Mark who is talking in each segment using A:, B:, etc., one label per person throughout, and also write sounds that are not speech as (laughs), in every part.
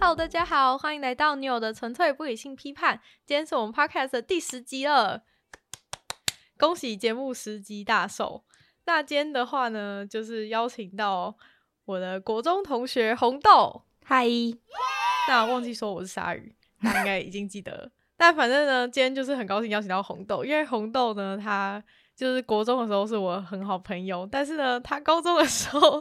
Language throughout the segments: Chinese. A: Hello，大家好，欢迎来到女友的纯粹不理性批判。今天是我们 Podcast 的第十集了，恭喜节目十集大寿。那今天的话呢，就是邀请到我的国中同学红豆。
B: 嗨，
A: 那忘记说我是鲨鱼，大家应该已经记得了。 (laughs) 但反正呢，今天就是很高兴邀请到红豆，因为红豆呢，他就是国中的时候是我很好朋友，但是呢，他高中的时候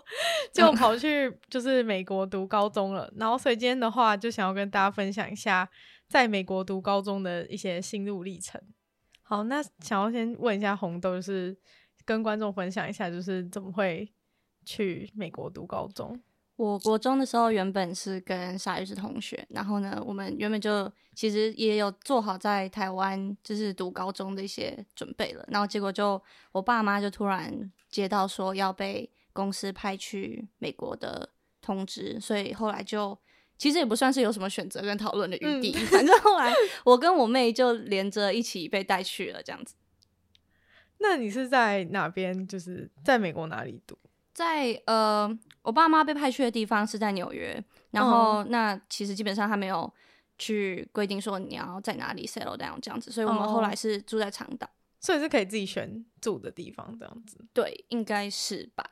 A: 就跑去就是美国读高中了。然后所以今天的话，就想要跟大家分享一下在美国读高中的一些心路历程。好，那想要先问一下红豆，就是跟观众分享一下，就是怎么会去美国读高中？
B: 我国中的时候原本是跟鲨鱼是同学，然后呢，我们原本就其实也有做好在台湾就是读高中的一些准备了，然后结果就我爸妈就突然接到说要被公司派去美国的通知，所以后来就。其实也不算是有什么选择跟讨论的余地，反正后来我跟我妹就连着一起被带去了，这样子。
A: 那你是在哪边？就是在美国哪里读？
B: 在呃，我爸妈被派去的地方是在纽约，然后、那其实基本上他没有去规定说你要在哪里 settle down 这样子，所以我们
A: 哦
B: 后来是住在长岛，
A: 所以是可以自己选住的地方，这样子。
B: 对，应该是吧。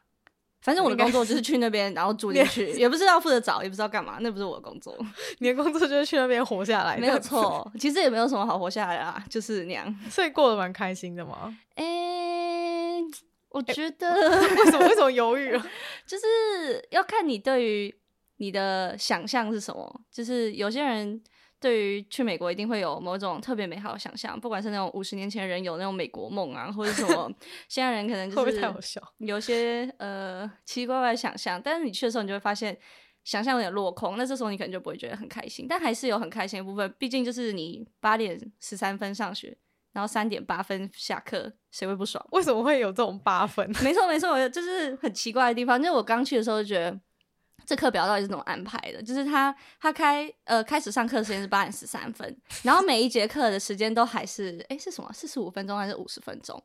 B: 反正我的
A: 应该
B: 工作就是去那边，然后住进去，也不知道负责找，也不知道干嘛，那不是我的工作，
A: 你的工作就是去那边活下来，
B: 没有。错。其实也没有什么好活下来的啦，就是那样。
A: 所以过得蛮开心的嘛。
B: 诶、我觉得、
A: (laughs)
B: (laughs)
A: 为什么为什么犹豫了？
B: 就是要看你对于你的想象是什么。就是有些人对于去美国一定会有某种特别美好的想象，不管是那种五十年前人有那种美国梦啊，或者什
A: (laughs)
B: 么，现在人可能
A: 会不
B: 就
A: 会太好
B: 是
A: 笑？
B: 有些呃奇奇怪怪的想象。但是你去的时候，你就会发现。想象有点落空，那这时候你可能就不会觉得很开心，但还是有很开心的部分。毕竟就是你八点十三分上学，然后三点八分下课，谁会不爽？
A: 为什么会有这种八分？
B: 没错没错，我就是很奇怪的地方，就是我刚去的时候就觉得。这课表到底是怎么安排的？就是他他开呃开始上课的时间是八点十三分，然后每一节课的时间都还是诶是什么四十五分钟还是五十分钟？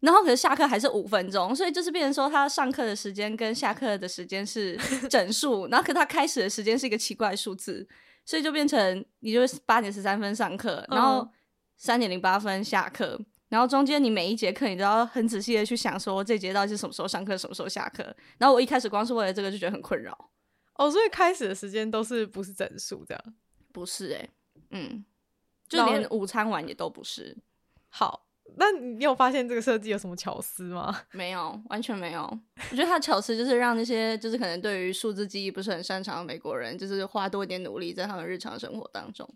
B: 然后可是下课还是五分钟，所以就是变成说他上课的时间跟下课的时间是
A: (laughs)
B: 整数，然后可他开始的时间是一个奇怪的数字，所以就变成你就是八点十三分上课，
A: 嗯
B: 然后三点零八分下课，然后中间你每一节课你都要很仔细的去想说这节到底是什么时候上课，什么时候下课。然后我一开始光是为了这个就觉得很困扰，
A: 哦，所以开始的时间都是不是整数这样？
B: 不是诶、嗯，就
A: 欸然后
B: 连午餐完也都不是，
A: 好，那你有发现这个设计有什么巧思吗？ (laughs)
B: 没有，完全没有。我觉得他的巧思就是让那些就是可能对于数字记忆不是很擅长的美国人，就是花多一点努力在他们日常生活当中。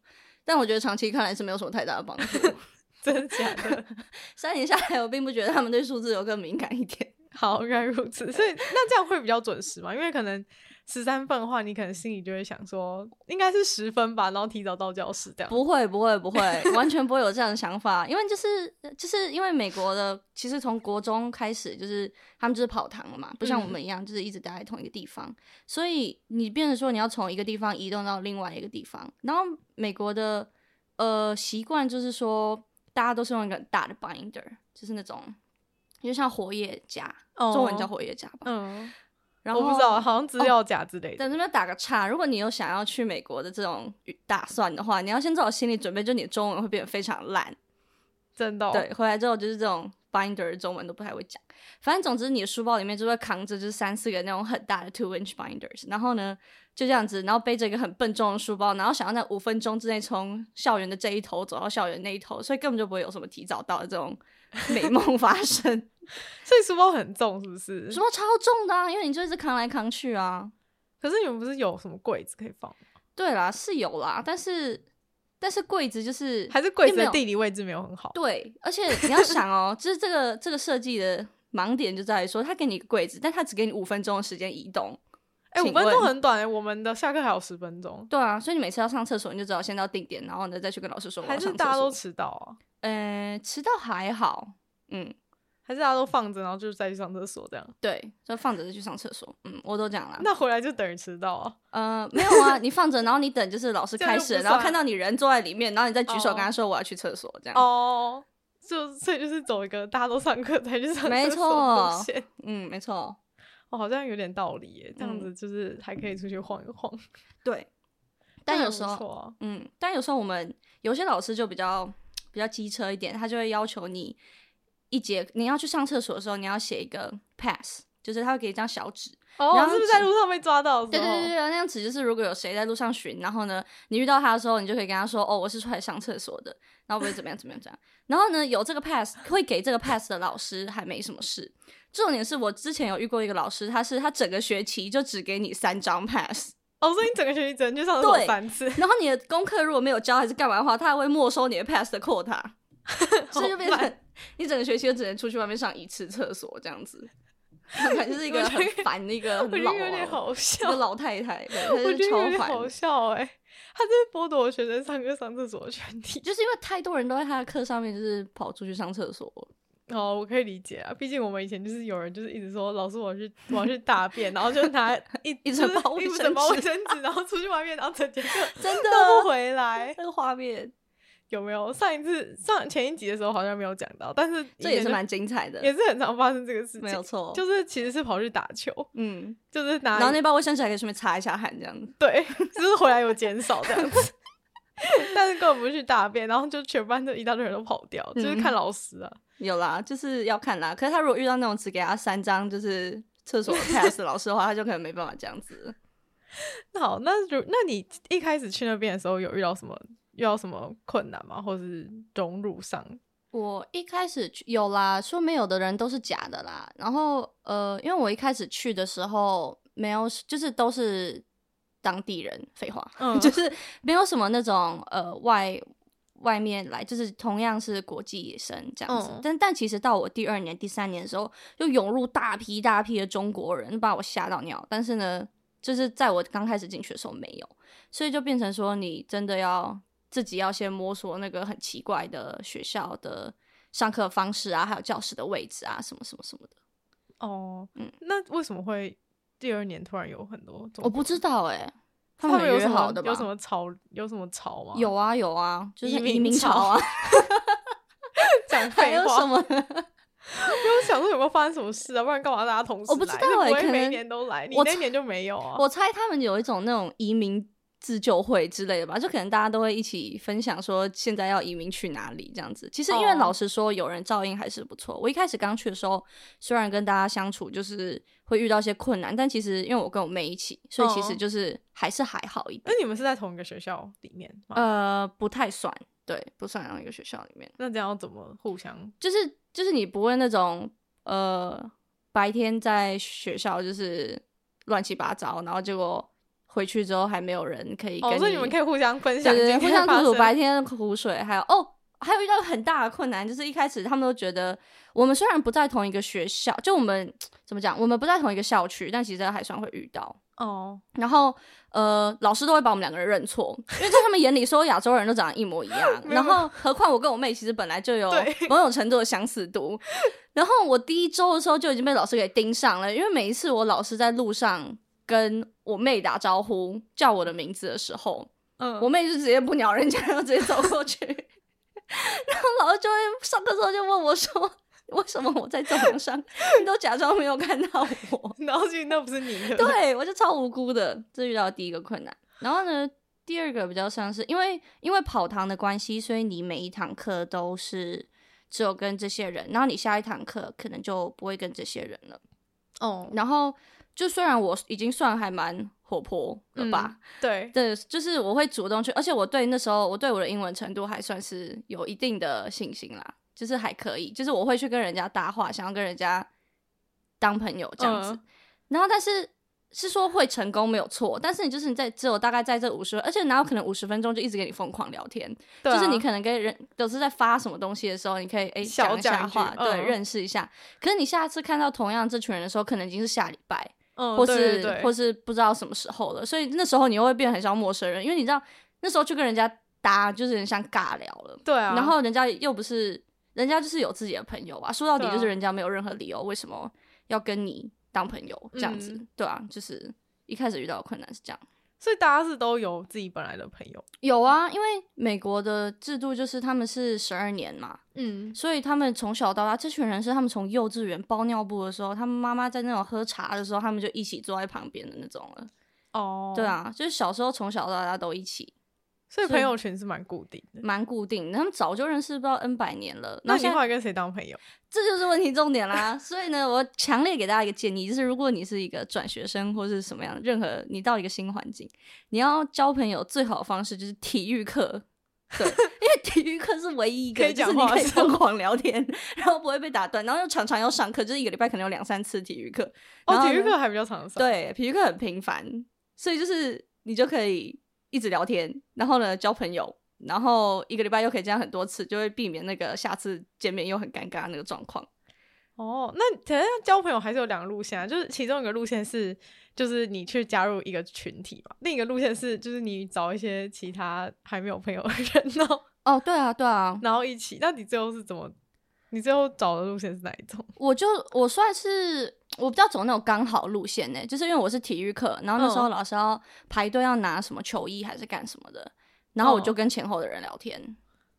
B: 但我觉得长期看来是没有什么太大的帮助。 (laughs)
A: 真的假的？ (laughs)
B: 三年下来，我并不觉得他们对数字有更敏感一点。
A: 好，原来如此。所以那这样会比较准时嘛？因为可能十三分的话，你可能心里就会想说，应该是十分吧，然后提早到教室这样。
B: 不会，不会，不会，完全不会有这样的想法，因为就是就是因为美国的，其实从国中开始，就是他们就是跑堂了嘛，不像我
A: 嗯
B: 们一样，就是一直待在同一个地方，所以你变成说你要从一个地方移动到另外一个地方，然后美国的呃习惯就是说，大家都是用一个很大的 binder，就是那种。就像活页夹，
A: 哦
B: 中文叫活页夹吧。
A: 嗯，
B: 然后哦
A: 我不知道，好像资料夹之类的。
B: 在这边打个岔，如果你有想要去美国的这种打算的话，你要先做好心理准备，就你的中文会变得非常烂。
A: 真的、哦，
B: 对，回来之后就是这种 binder 中文都不太会讲。反正总之，你的书包里面就会扛着就是三四个那种很大的 two inch binders，然后呢就这样子，然后背着一个很笨重的书包，然后想要在五分钟之内从校园的这一头走到校园那一头，所以根本就不会有什么提早到的这种 (laughs) 美梦发生。 (laughs)
A: 所以书包很重，是不是？
B: 书包超重的、啊，因为你就一直扛来扛去啊。
A: 可是你们不是有什么柜子可以放吗？
B: 对啦，是有啦，但是但是柜子就是
A: 还是柜子
B: 因
A: 的
B: 为没有
A: 地理位置没有很好？
B: 对，而且你要想哦， (laughs) 就是这个这个设计的盲点就在于说，他给你一个柜子，但他只给你五分钟的时间移动。
A: 哎、五
B: 请
A: 分钟
B: 问
A: 很短、欸，我们的下课还有十分钟，
B: 对啊，所以你每次要上厕所，你就只好先到定点，然后呢再去跟老师说我要
A: 还是
B: 上
A: 大
B: 厕
A: 家都
B: 所。
A: 迟到啊？
B: 呃，迟到还好，嗯，
A: 还是大家都放着，然后就再去上厕所这样？
B: 对，就放着就去上厕所，嗯，我都讲了。
A: 那回来就等于迟到啊？
B: 呃，没有啊，你放着，然后你等就是老师
A: 这样
B: 开
A: 就
B: 始，
A: 不
B: 然后
A: 算
B: 看到你人坐在里面，然后你再举手
A: 哦
B: 跟他说我要去厕所，这样。
A: 哦， (laughs) 就所以就是走一个大家都上课才去上
B: 没
A: 厕所路
B: 错
A: 线，
B: 嗯，没错，嗯
A: 哦，好像有点道理耶、这样子就是还可以出去晃一晃。
B: 对。但
A: 那
B: 有
A: 也
B: 时
A: 不
B: 候
A: 错啊
B: 嗯，但有时候我们有些老师就比较比较机车一点，他就会要求你一节你要去上厕所的时候，你要写一个 pass，就是他会给一张小纸，然
A: 哦，
B: 后
A: 是不是
B: 只
A: 在路上被抓到的
B: 对
A: 时
B: 对
A: 候？
B: 对对，那样子就是如果有谁在路上巡，然后呢，你遇到他的时候，你就可以跟他说：“哦，我是出来上厕所的，然后我会怎么样怎么样怎么样。”然后呢，有这个 pass 会给这个 pass 的老师还没什么事。重点是我之前有遇过一个老师，他是他整个学期就只给你三张 pass，
A: 哦，所以你整个学期只能去上厕所
B: 对
A: 三次，
B: 然后你的功课如果没有交还是干嘛的话，他还会没收你的 pass 的 quota，所以就变
A: 好
B: 成你整个学期就只能出去外面上一次厕所这
A: (laughs)
B: 样子。感觉就是一个
A: 我觉
B: 很
A: 得
B: 烦的一个
A: 我觉
B: 很
A: 得
B: 老
A: 有点
B: 啊，
A: 好
B: 一
A: 笑
B: 个，老太太，对，她
A: 我
B: 就
A: 觉得有
B: 是超
A: 点
B: 烦的。
A: 好笑哎、他真的剥夺了学生上课上厕所的权利。
B: 就是因为太多人都在他的课上面，就是跑出去上厕所。
A: 哦，我可以理解啊，毕竟我们以前就是有人就是一直说老师我要去我要去大便，然后就
B: (laughs)
A: 拿一
B: 一整
A: 就是
B: 包卫
A: 一
B: 生
A: 整包
B: 纸
A: 卫生纸，然后出去外面，然后整节课
B: (laughs) 真的啊
A: 都不回来，
B: 那个画面，
A: 有没有？上一次上前一集的时候好像没有讲到，但是
B: 这
A: 以前
B: 也是
A: 就
B: 蛮精彩的，
A: 也是很常发生这个事情，
B: 没有错。
A: 就是其实是跑去打球，
B: 嗯，
A: 就是拿
B: 然后那包卫生纸还可以顺便擦一下汗，这样子。
A: 对，就是回来有减少这样子。 (laughs) 但是根本不去大便，然后就全班就一大堆人都跑掉，就是看
B: 嗯
A: 老师啊。
B: 有啦，就是要看啦。可是他如果遇到那种只给他三张就是厕所的 pass 的老师的话，他就可能没办法这样子。
A: 那好，那如那你一开始去那边的时候有遇到什么遇到什么困难吗？或是融入上？
B: 我一开始去有啦，说没有的人都是假的啦。然后呃，因为我一开始去的时候没有，就是都是当地人，废话，
A: (laughs) 嗯
B: (laughs) 就是没有什么那种呃外外面来，就是同样是国际生这样子。
A: 嗯
B: 但但其实到我第二年、第三年的时候，就涌入大批大批的中国人，把我吓到尿。但是呢，就是在我刚开始进去的时候没有，所以就变成说你真的要自己要先摸索那个很奇怪的学校的上课方式啊，还有教室的位置啊，什么什么什么的。
A: 哦，
B: 嗯
A: 那为什么会第二年突然有很多中国人？
B: 我不知道哎、
A: 他
B: 们
A: 们有
B: 约
A: 什
B: 好
A: 么
B: 的吧？
A: 有什么潮有什么潮吗？
B: 有啊有啊，就是
A: 移
B: 移
A: 民
B: 民潮
A: 潮
B: 啊，
A: (laughs) 讲
B: (laughs) 还
A: 废
B: 有
A: 话，
B: 什么？
A: 因为我想说有没有发生什么事啊？不然干嘛大家同时来？
B: 我不知道
A: 哎、
B: 欸
A: 不会
B: 可
A: 每一
B: 能
A: 年都来，你
B: 我
A: 那一
B: 猜
A: 年就没有啊？
B: 我猜他们有一种那种移民自救会之类的吧，就可能大家都会一起分享说现在要移民去哪里这样子。其实因为
A: 哦
B: 老实说，有人照应还是不错。我一开始刚去的时候，虽然跟大家相处就是会遇到一些困难，但其实因为我跟我妹一起，所以其实
A: 哦
B: 就是还是还好一
A: 那
B: 点。
A: 你们是在同一个学校里面吗？
B: 呃，不太算，对，不算到一个学校里面。
A: 那这样要怎么互相？
B: 就是就是你不会那种呃白天在学校就是乱七八糟，然后结果回去之后还没有人可以跟
A: 哦，所以你们可以互相分享
B: 对
A: 今天
B: 对对，互相
A: 发
B: 吐吐
A: 生
B: 白天的苦水，还有哦。还有遇到很大的困难，就是一开始他们都觉得我们虽然不在同一个学校，就我们怎么讲，我们不在同一个校区，但其实还算会遇到。
A: 哦，。
B: 然后呃，老师都会把我们两个人认错，因为在他们眼里，所有亚洲人都长得一模一样
A: 没有
B: 然后，何况我跟我妹其实本来就有
A: 对
B: 某种程度的相似度。然后我第一周的时候就已经被老师给盯上了，因为每一次我老师在路上跟我妹打招呼叫我的名字的时候，
A: 嗯，
B: 我妹就直接不鸟人家，然后直接走过去。 (laughs) 然后老师就会上课之后就问我说：“ (laughs) 为什么我在走廊上，你都假装没有看到我？”
A: (laughs) 然后就那不是你 (laughs) 的，
B: 对我就超无辜的，这遇到第一个困难。然后呢，第二个比较像是因为因为跑堂的关系，所以你每一堂课都是只有跟这些人，然后你下一堂课可能就不会跟这些人了。
A: 哦，
B: 然后就虽然我已经算还蛮活泼了吧，
A: 对，
B: 对，就是我会主动去，而且我对那时候我对我的英文程度还算是有一定的信心啦，就是还可以，就是我会去跟人家搭话，想要跟人家当朋友这样子。
A: 嗯
B: 然后但是是说会成功没有错，但是你就是你在只有大概在这五十，而且哪有可能五十分钟就一直给你疯狂聊天？
A: 对啊
B: 就是你可能跟人都是在发什么东西的时候，你可以哎
A: 小
B: 讲一下
A: 讲一句
B: 话，对，
A: 嗯
B: 认识一下。可是你下次看到同样这群人的时候，可能已经是下礼拜，
A: 嗯，
B: 或是
A: 对对对
B: 或是不知道什么时候了，所以那时候你又会变得很像陌生人，因为你知道那时候去跟人家搭就是很像尬聊了，
A: 对啊，
B: 然后人家又不是人家就是有自己的朋友啊，说到底
A: 对啊
B: 就是人家没有任何理由为什么要跟你当朋友这样子，
A: 嗯
B: 对啊，就是一开始遇到的困难是这样。
A: 所以大家是都有自己本来的朋友，
B: 有啊，因为美国的制度就是他们是十二年嘛，
A: 嗯，
B: 所以他们从小到大，这群人是他们从幼稚园包尿布的时候，他们妈妈在那种喝茶的时候，他们就一起坐在旁边的那种了。
A: 哦，
B: 对，啊，就是小时候从小到大都一起，
A: 所以
B: 是
A: 朋友群是蛮固定的。
B: 蛮固定的。他们早就认识，不知道 N 百年了。
A: 那
B: 嗯然后
A: 你
B: 现
A: 后
B: 在
A: 来跟谁当朋友？
B: 这就是问题重点啦。所以呢，我强烈给大家一个建议，就是如果你是一个转学生或是什么样的，任何你到一个新环境，你要交朋友最好的方式就是体育课。
A: (laughs)
B: 对，因为体育课是唯一一个
A: 可以
B: 就
A: 讲
B: 是你
A: 话
B: 可以
A: 的时候
B: 疯狂聊天， (laughs) 然后不会被打断，然后又常常要上课，就是一个礼拜可能有两三次体育课。然
A: 哦，
B: 后
A: 体育
B: 呢
A: 课还比较常上。，
B: 对，体育课很频繁，所以就是你就可以一直聊天，然后呢交朋友，然后一个礼拜又可以这样很多次，就会避免那个下次见面又很尴尬那个状况。
A: 哦，那可能交朋友还是有两个路线啊，就是其中一个路线是，就是你去加入一个群体嘛；另一个路线是，就是你找一些其他还没有朋友的人，然后
B: 哦，对啊，对啊，
A: 然后一起。那你最后是怎么？你最后找的路线是哪一种？ (laughs)
B: 我就我算是我比较走那种刚好路线呢、就是因为我是体育课，然后那时候
A: 嗯
B: 老师要排队要拿什么球衣还是干什么的，然后我就
A: 嗯
B: 跟前后的人聊天，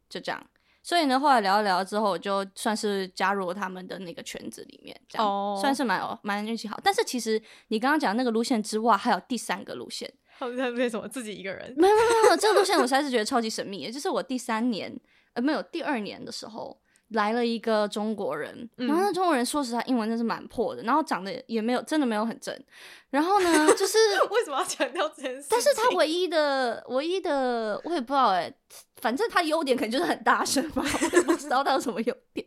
B: 就这样。所以呢，后来聊一聊之后，我就算是加入了他们的那个圈子里面，这样、
A: 哦
B: 算是蛮有蛮运气好。但是其实你刚刚讲那个路线之外，还有第三个路线，
A: 他们在为什么自己一个人？
B: 没有没有没有，这个路线我实在是觉得超级神秘的。就是我第三年，呃，没有第二年的时候来了一个中国人，
A: 嗯
B: 然后那中国人说实话英文真是蛮破的，然后长得也没有真的没有很正，然后呢就是。
A: 为什么要强调这件事情？
B: 但是他唯一的唯一的我也不知道哎、反正他优点可能就是很大声吧，我也不知道他有什么优点。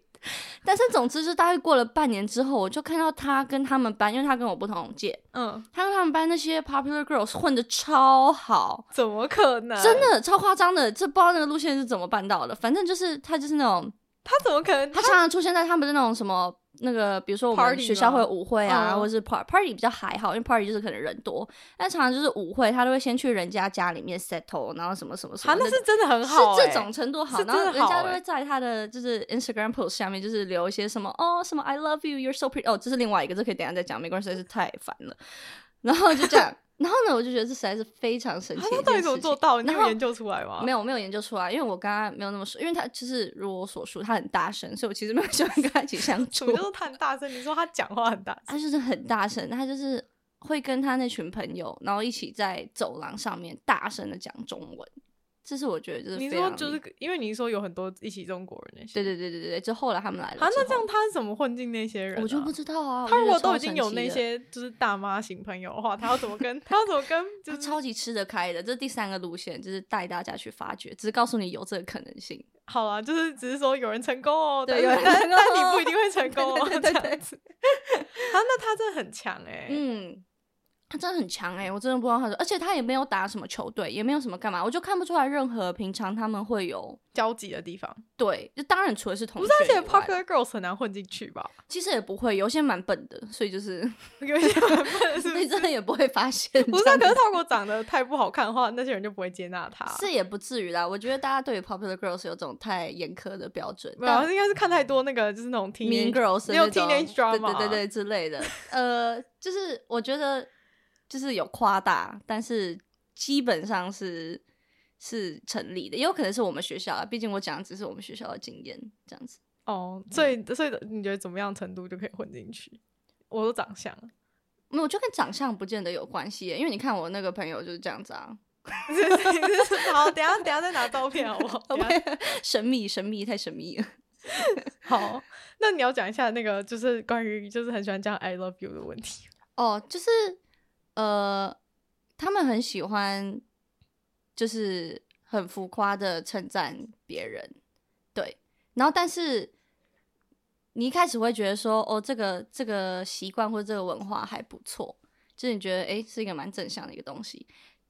B: 但是总之，就大概过了半年之后，我就看到他跟他们班，因为他跟我不同届，
A: 嗯，
B: 他跟他们班那些 popular girls 混的超好，
A: 怎么可能？
B: 真，的超夸张的，这不知道那个路线是怎么办到的。反正就是他就是那
A: 嗯
B: 种，
A: 他怎么可能？
B: 他常常出现在他们的那种什么那个，比如说我们
A: Party
B: 学校会有
A: 吗
B: 舞会啊，
A: 嗯
B: 或者是 party party 比较还好，因为 party 就是可能人多，但常常就是舞会，他都会先去人家家里面 settle，然后什么什么什
A: 他
B: 么
A: 啊那
B: 的。
A: 是真的很好、欸，
B: 是这种程度好，
A: 是
B: 然后
A: 真
B: 人
A: 的好
B: 家都
A: 欸
B: 会在他的就是 Instagram post 下面就是留一些什么哦什么 I love you you're so pretty 哦，这是另外一个，这可以等一下再讲，没关系，实在是太烦了。然后就这样，然后呢，我就觉得这实在是非常神
A: 啊
B: 奇的一件事情。
A: 他到底怎么做到？你
B: 然
A: 有
B: 后
A: 研究出来吗？
B: 没有，我没有研究出来，因为我刚刚没有那么熟，因为他就是如我所述，他很大声，所以我其实没有喜欢跟他一起相
A: 什
B: 处
A: 么。叫做他很大声？你说他讲话很大声，
B: (laughs) 他就是很大声，他就是会跟他那群朋友，然后一起在走廊上面大声的讲中文，这是我觉得就是
A: 你
B: 非
A: 说
B: 常
A: 就
B: 厉
A: 是因为你说有很多一起中国人那些，
B: 对对对对对，就后来他们来了之
A: 啊
B: 后，，
A: 那这样他是怎么混进那些人、
B: 我就不。知道啊。我
A: 他
B: 就
A: 如
B: 觉
A: 果
B: 得
A: 都
B: 超
A: 已经
B: 神
A: 有
B: 奇
A: 那
B: 的
A: 些就是大妈型朋友的话，他要怎么跟他要怎么
B: (laughs)
A: 跟就
B: 他
A: 是
B: 超级吃得开的，这是第三个路线，就是带大家去发掘，只是告诉你有这个可能性。
A: 好啊，就是只是说有人成功哦，
B: 对
A: 但
B: 有人
A: 但
B: 成功
A: 但你不一定会成功哦，
B: 对对对对
A: 这样子。啊，那他真的很强哎、
B: 嗯，他真的很强哎、我真的不知道他，而且他也没有打什么球队，也没有什么干嘛，我就看不出来任何平常他们会有
A: 交集的地方
B: 对，就当然除了是同
A: 不
B: 学
A: 是，啊而且
B: 以外，
A: popular girls 很难混进去吧？
B: 其实也不会，有些蛮笨的，所以就是 (laughs)
A: 有一 (laughs) 些人混是
B: 所
A: 不
B: 以
A: 是？
B: 真的也不会发现这样子，
A: 不是、啊，可是他如果长得太不好看的话，那些人就不会接纳他。
B: 是也不至于啦，我觉得大家对于 popular girls 有种太严苛的标准，
A: 没有，啊
B: 但
A: 应该是看太多那个就是那种 teen
B: mean girls 的
A: 没有
B: 那种
A: teenage drama，啊
B: 对对对对之类的，呃，就是我觉得就是有夸大，但是基本上是是成立的，也有可能是我们学校啊，毕竟我讲的只是我们学校的经验这样子。
A: 哦，所以所以你觉得怎么样程度就可以混进去？我说长 (laughs) 相，
B: 没有，我觉得跟长相不见得有关系耶，因为你看我那个朋友就是这样子啊，
A: 好，等一下等一下再拿照片好不 (laughs) 好？等一下
B: (laughs) 神秘神秘太神秘了。
A: 好，那你要讲一下那个就是关于就是很喜欢讲 I love you 的问题。
B: 哦，就是呃，他们很喜欢，就是很浮夸的称赞别人，对。然后，但是你一开始会觉得说，哦，这个这个习惯或者这个文化还不错，就是你觉得诶是一个蛮正向的一个东西。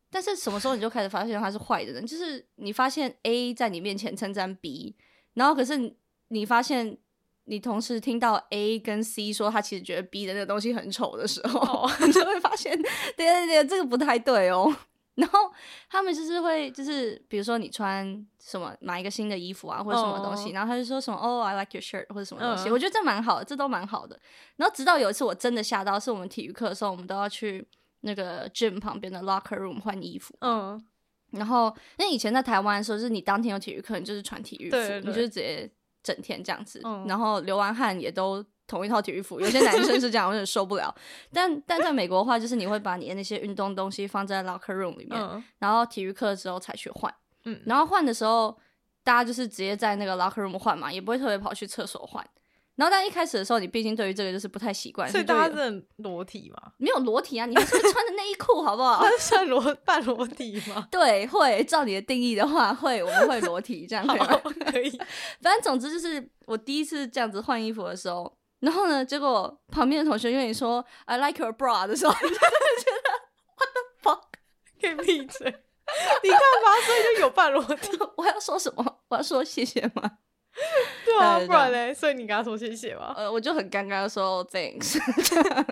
B: 但是什么时候你就开始发现他是坏的人？就是你发现 A 在你面前称赞 B，然后可是你你发现你同时听到 A 跟 C 说他其实觉得 B 的那个东西很丑的时候， (laughs) 你就会发现，对对对，这个不太对哦。然后他们就是会，就是比如说你穿什么买一个新的衣服啊，或者什么东西
A: 哦
B: 然后他就说什么哦、i like your shirt 或者什么东西
A: 嗯
B: 我觉得这蛮好的，这都蛮好的。然后直到有一次我真的吓到，是我们体育课的时候，我们都要去那个 gym 旁边的 locker room 换衣服，
A: 嗯，
B: 然后，因为以前在台湾的时候，就是你当天有体育课，你就是穿体育服，
A: 对对对
B: 你就是直接整天这样子，
A: 嗯
B: 然后流完汗也都同一套体育服。有些男生是这样，我有点受不了。但但在美国的话，就是你会把你的那些运动东西放在 locker room 里面，
A: 嗯
B: 然后体育课之后才去换。
A: 嗯
B: 然后换的时候，大家就是直接在那个 locker room 换嘛，也不会特别跑去厕所换。然后，但一开始的时候，你毕竟对于这个就是不太习惯，
A: 所以
B: 就
A: 大
B: 有
A: 家是很裸体嘛，
B: 没有裸体啊，你还是会穿着内衣裤，好不好？
A: (laughs)
B: (laughs)
A: 算裸半裸体吗？
B: 对，会照你的定义的话，会我们会裸体这样。对
A: 好
B: 吧，
A: 可以。
B: (laughs) 反正总之就是我第一次这样子换衣服的时候，然后呢，结果旁边的同学愿意说 “I like your bra” 的时候， (laughs) 我就觉得 what the
A: 可以闭嘴。 (laughs) 你看吧，所以就有半裸体，
B: fuck，我要说什么？ (laughs) 我要说谢谢吗？ (laughs)
A: 对啊，
B: 对对
A: 不然嘞，所以你跟他说谢谢吧，
B: 呃，我就很尴尬的说 “thanks” 呃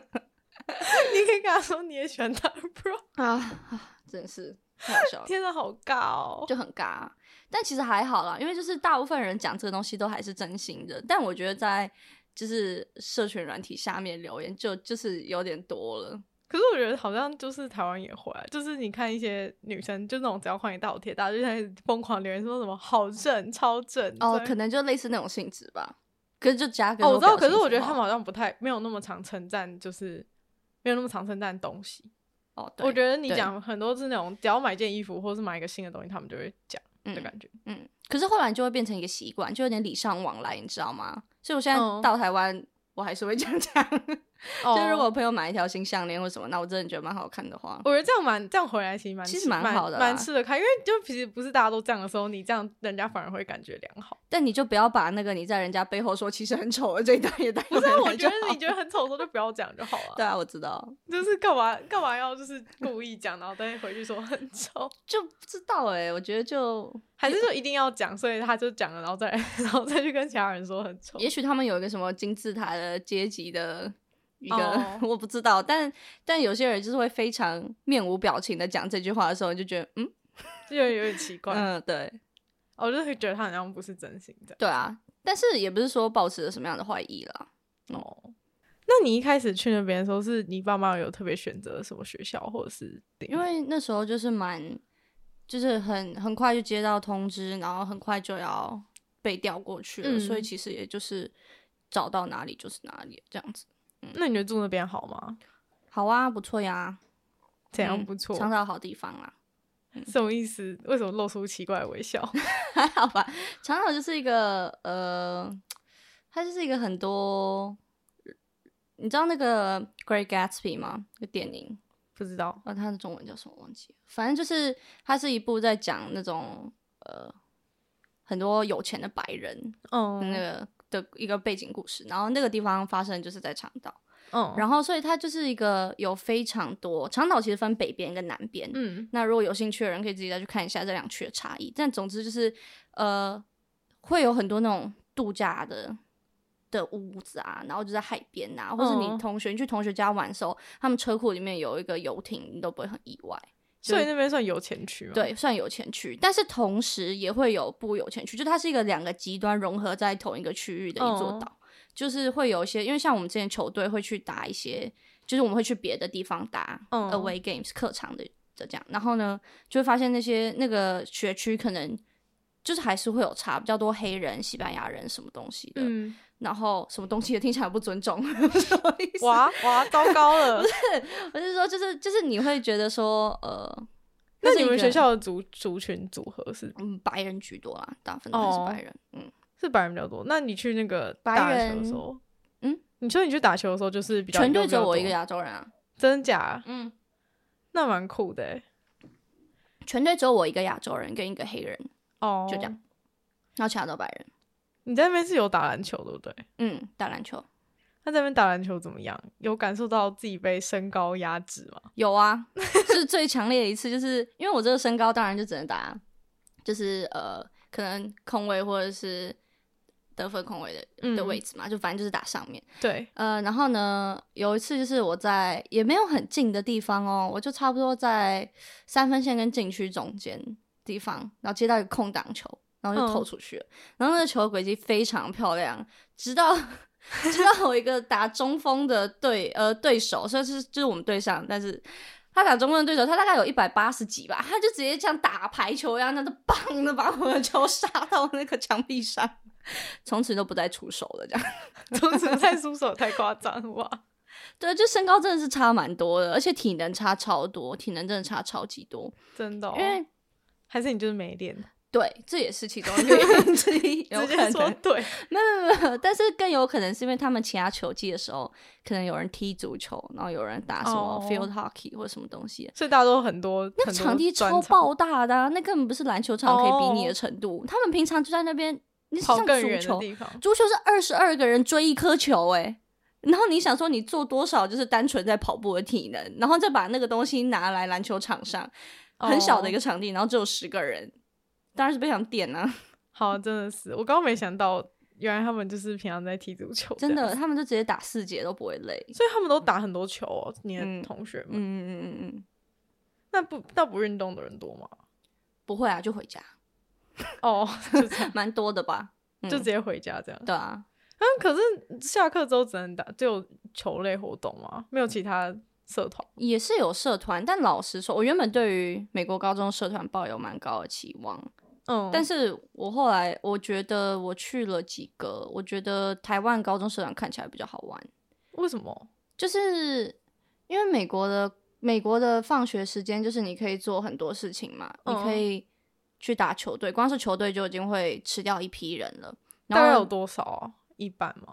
A: (laughs) 你可以跟他说你也喜欢他
B: (laughs)
A: bro。
B: 啊啊，真是太好笑了，
A: 天哪，好尬哦！
B: 就很尬、但其实还好啦，因为就是大部分人讲这个东西都还是真心的，但我觉得在就是社群软体下面留言就就是有点多了。
A: 可是我觉得好像就是台湾也会啊，就是你看一些女生，就那种只要换一道贴，大家就开始疯狂留言说什么好正、超正
B: 哦，
A: 嗯对
B: 可能就类似那种性质吧。可是就加个
A: 哦，我知道，可是我
B: 表
A: 觉得
B: 情符
A: 他
B: 号
A: 们好像不太没有那么常称赞，就是没有那么常称赞东西。
B: 哦，对
A: 我觉得你
B: 对
A: 讲很多是那种只要买件衣服或是买一个新的东西，他们就会讲的
B: 嗯
A: 感觉。
B: 嗯，可是后来就会变成一个习惯，就有点礼尚往来，你知道吗？所以我现在
A: 嗯
B: 到台湾，我还是会这样讲。
A: 哦
B: (laughs) 就如果朋友买一条新项链或什么，那我真的觉得蛮好看的话，
A: 我觉得这样蛮这样回来其实蛮
B: 其实蛮好的啦
A: 蛮吃得开，因为就其实不是大家都这样的时候，你这样人家反而会感觉良好。
B: 但你就不要把那个你在人家背后说其实很丑的这一段也带
A: 不
B: 回
A: 是啊， (laughs) 我
B: 来
A: 觉
B: 就好。
A: 得你觉得很丑的时候就不要讲就好了。
B: 对啊，我知道，
A: 就是干嘛干嘛要就是故意讲，然后再回去说很 (laughs) 丑，
B: 就不知道哎、我觉得就
A: 还是就一定要讲，所以他就讲了，然后再然后再去跟其他人说很丑。
B: 也许他们有一个什么金字塔的阶级的一个
A: 哦
B: (laughs) 我不知道，但但有些人就是会非常面无表情的讲这句话的时候，你就觉得嗯
A: 就有点奇怪，
B: 嗯，对
A: 我就会觉得他好像不是真心的。
B: 对啊，但是也不是说保持着什么样的怀疑啦。嗯
A: 哦，那你一开始去那边的时候，是你爸妈有特别选择什么学校，或者是
B: 因为那时候就是蛮，就是很很快就接到通知，然后很快就要被调过去了，
A: 嗯
B: 所以其实也就是找到哪里就是哪里这样子。
A: 那你觉得住那边好吗？
B: 好啊，不错呀，
A: 怎样
B: 嗯
A: 啊不错？
B: 尝到好地方啦。
A: 什么意思？为什么露出奇怪的微笑？ (laughs)
B: 还好吧。长岛就是一个呃，它就是一个很多，你知道那个《Great Gatsby》吗？那个电影，
A: 不知道。
B: 啊，它的中文叫什么忘记了。反正就是它是一部在讲那种呃很多有钱的白人、那
A: 嗯
B: 个的一个背景故事，然后那个地方发生就是在长岛，
A: 嗯，后
B: 然后所以它就是一个有非常多长岛其实分北边跟南边，
A: 嗯
B: 那如果有兴趣的人，可以自己再去看一下这两区的差异。但总之就是，呃，会有很多那种度假的的屋子啊，然后就在海边啊，或是你
A: 嗯
B: 同学、你去同学家玩的时候，他们车库里面有一个游艇，你都不会很意外。
A: 所以那边算有钱区吗？，
B: 对，算有钱区，但是同时也会有不有钱区，就它是一个两个极端融合在同一个区域的一座
A: 哦
B: 岛，就是会有一些，因为像我们之前球队会去打一些，就是我们会去别的地方打
A: 嗯
B: away games 客场的的这样，然后呢就会发现那些那个学区可能就是还是会有差，比较多黑人、西班牙人什么东西的，
A: 嗯，
B: 然后什么东西也听起来不尊重， (laughs) 什么意思
A: 哇哇，糟糕了！
B: (laughs) 我是说，就是就是你会觉得说，呃，
A: 那
B: 这是
A: 你
B: 一
A: 们
B: 个
A: 学校的族族群组合是
B: 嗯，白人居多啦，大部分都还是
A: 哦
B: 白人。嗯，
A: 是白人比较多？那你去那个
B: 白
A: 打球
B: 人
A: 的时候，
B: 嗯，
A: 你说你去打球的时候就是比较
B: 全队只有
A: 右
B: 我
A: 比较
B: 一个
A: 多，
B: 亚洲人啊。
A: 真假？
B: 嗯，
A: 那蛮酷的欸
B: 全队只有我一个亚洲人跟一个黑人，
A: 哦。
B: 就这样，然后其他都白人。
A: 你在那边是有打篮球对不对？
B: 嗯，打篮球
A: 那在那边打篮球怎么样？有感受到自己被身高压制吗？
B: 有啊，是最强烈的一次，就是因为我这个身高，当然就只能打，就是呃，可能空位或者是得分空位的的
A: 嗯
B: 位置嘛，就反正就是打上面。
A: 对， (laughs)
B: 呃，然后呢，有一次就是我在也没有很近的地方哦，我就差不多在三分线跟禁区中间地方，然后接到一个空档球，然后就投
A: 嗯
B: 出去了。然后那个球的轨迹非常漂亮，直到 (laughs) 直到我一个打中锋的对呃对手，所以是就是我们对上，但是。他打中锋的对手，他大概有一百八十几吧， (laughs) 他就直接像打排球一样，那就砰的把我的球杀到那个墙壁上。从此都不再出手了这样。
A: 从此不再出手，太夸张哇！
B: 对，就身高真的是差蛮多的，而且体能差超多，体能真的差超级多，
A: 真的、哦，
B: 因为。
A: 还是你就是没练，
B: 对，这也是其中一个
A: (laughs)
B: 原因之一，有
A: 直
B: 可
A: 接说
B: 能。
A: 对， (laughs)
B: 没有没有没有，但是更有可能是因为他们其他球季的时候，可能有人踢足球，然后有人打什么
A: 哦
B: field hockey 或者什么东西。
A: 所以大家都很多
B: 那
A: 很多
B: 场地
A: 专
B: 超
A: 场
B: 爆大的、啊，那根本不是篮球场可以比拟的
A: 哦
B: 程度。他们平常就在那边，你像
A: 跑
B: 足
A: 更远的
B: 球，
A: 地方，
B: 足球是二十二个人追一颗球、欸，然后你想说你做多少就是单纯在跑步的体能，然后再把那个东西拿来篮球场上，很小的一
A: 个。
B: 个场地，然后只有十个人，当然是被想点啊！
A: 好，真的是，我刚刚没想到，原来他们就是平常在踢足球，
B: 真的，，他们就直接打四节都不会累。
A: 所以他们都打很多球哦。你
B: 嗯
A: 的同学
B: 嗯
A: 们，
B: 嗯嗯嗯嗯，
A: 那不那不运动的人多吗？
B: 不会啊，就回家，
A: 哦， (laughs) 就这样，
B: 蛮多的吧？ (laughs) 嗯
A: 就直接回家这样。
B: 对啊，
A: 嗯，可是下课之后只能打，只有球类活动吗？没有其他社团？
B: 也是有社团，但老实说，我原本对于美国高中社团抱有蛮高的期望，
A: 嗯，
B: 但
A: 是
B: 是我后来我觉得我去了几个，我觉得台湾高中社团看起来比较好玩，
A: 为什么？
B: 就是因为美国的美国的放学时间，就是你可以做很多事情嘛，
A: 嗯
B: 你可以去打球队，光是球队就已经会吃掉一批人了，
A: 大概
B: 然
A: 有
B: 后
A: 多少啊？一半吗？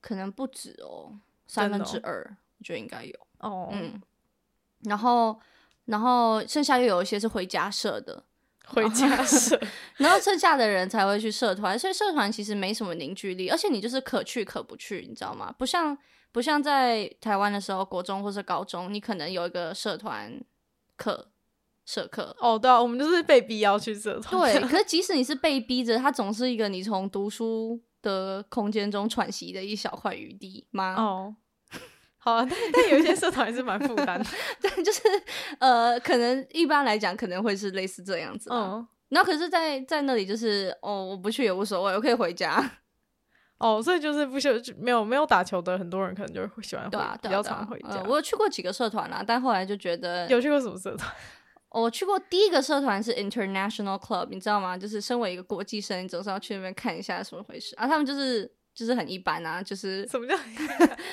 B: 可能不止哦，三
A: 真
B: 分
A: 的哦
B: 之二，我觉得应该有，
A: 哦，
B: 嗯，然后然后剩下又有一些是回家社的，
A: 回家社
B: 然后剩下的人才会去社团，所以社团其实没什么凝聚力，而且你就是可去可不去，你知道吗？不像不像在台湾的时候，国中或是高中，你可能有一个社团课、社课。
A: 哦，对啊，我们就是被逼要去社团。
B: (laughs) 对，可是即使你是被逼着，它总是一个你从读书的空间中喘息的一小块余地吗？
A: 哦， (laughs) 好啊，但但有一些社团还是蛮负
B: (laughs)
A: 担的。
B: 对，就是呃，可能一般来讲可能会是类似这样子。嗯，
A: 嗯，
B: 然后可是在，在那里就是哦，我不去也无所谓，我可以回家。
A: 哦，所以就是不休就没有没有打球的很多人可能就会喜欢回，
B: 对啊，
A: 比
B: 对
A: 较
B: 啊对啊
A: 常回家。
B: 呃我有去过几个社团啦，但后来就觉得，
A: 有去过什么社团？ (laughs)
B: 我去过第一个社团是 International Club，你知道吗？就是身为一个国际生，你总是要去那边看一下什么回事啊。他们就是就是很一般啊，就是
A: 什么
B: (laughs)
A: 叫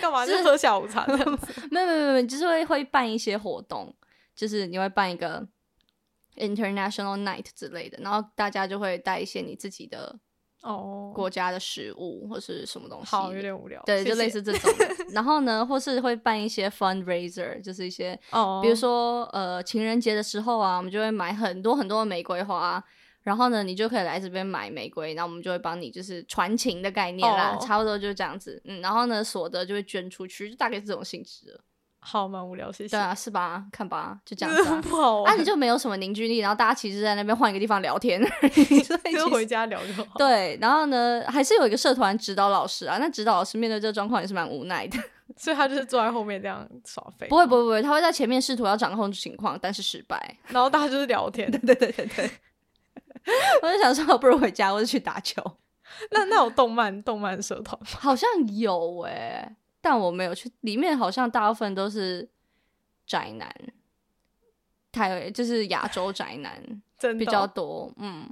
A: 干嘛？
B: 是
A: 就喝下午茶这样
B: (laughs)
A: 子？
B: 没有没有没有，就是会会办一些活动，就是你会办一个 International Night 之类的，然后大家就会带一些你自己的
A: 哦，
B: 国家的食物或是什么东西。
A: 好，有点无聊。
B: 对，
A: 谢
B: 就类
A: 谢
B: 似这种的。然后呢，或是会办一些 fundraiser，就是一些
A: 哦，
B: 比如说呃情人节的时候啊，我们就会买很多很多的玫瑰花，然后呢，你就可以来这边买玫瑰，然后我们就会帮你就是传情的概念啦
A: 哦
B: 差不多就是这样子，嗯，然后呢，所得就会捐出去，就大概是这种性质的，
A: 好，蛮无聊，谢谢。
B: 对啊，是吧？看吧，就这样子
A: (laughs)
B: 啊。
A: 不好
B: 啊，
A: 玩，
B: 你就没有什么凝聚力，然后大家其实在那边换一个地方聊天
A: (laughs)
B: 而已，所以
A: 就
B: 其
A: 回
B: 实
A: 家聊就好。
B: 对，然后呢，还是有一个社团指导老师啊，那指导老师面对这个状况也是蛮无奈的，
A: 所以他就是坐在后面这样耍废，
B: 不会不会不会，他会在前面试图要掌控情况，但是失败，
A: 然后大家就是聊
B: (laughs)
A: 天。
B: 对对对对。我就想说，我不如回家，我就去打球。 (laughs)
A: 那那有动漫动漫社团吗？
B: 好像有诶、但我没有去。里面好像大部分都是宅男，台就是亚洲宅男
A: 真的
B: 比较
A: 哦。
B: 多，嗯，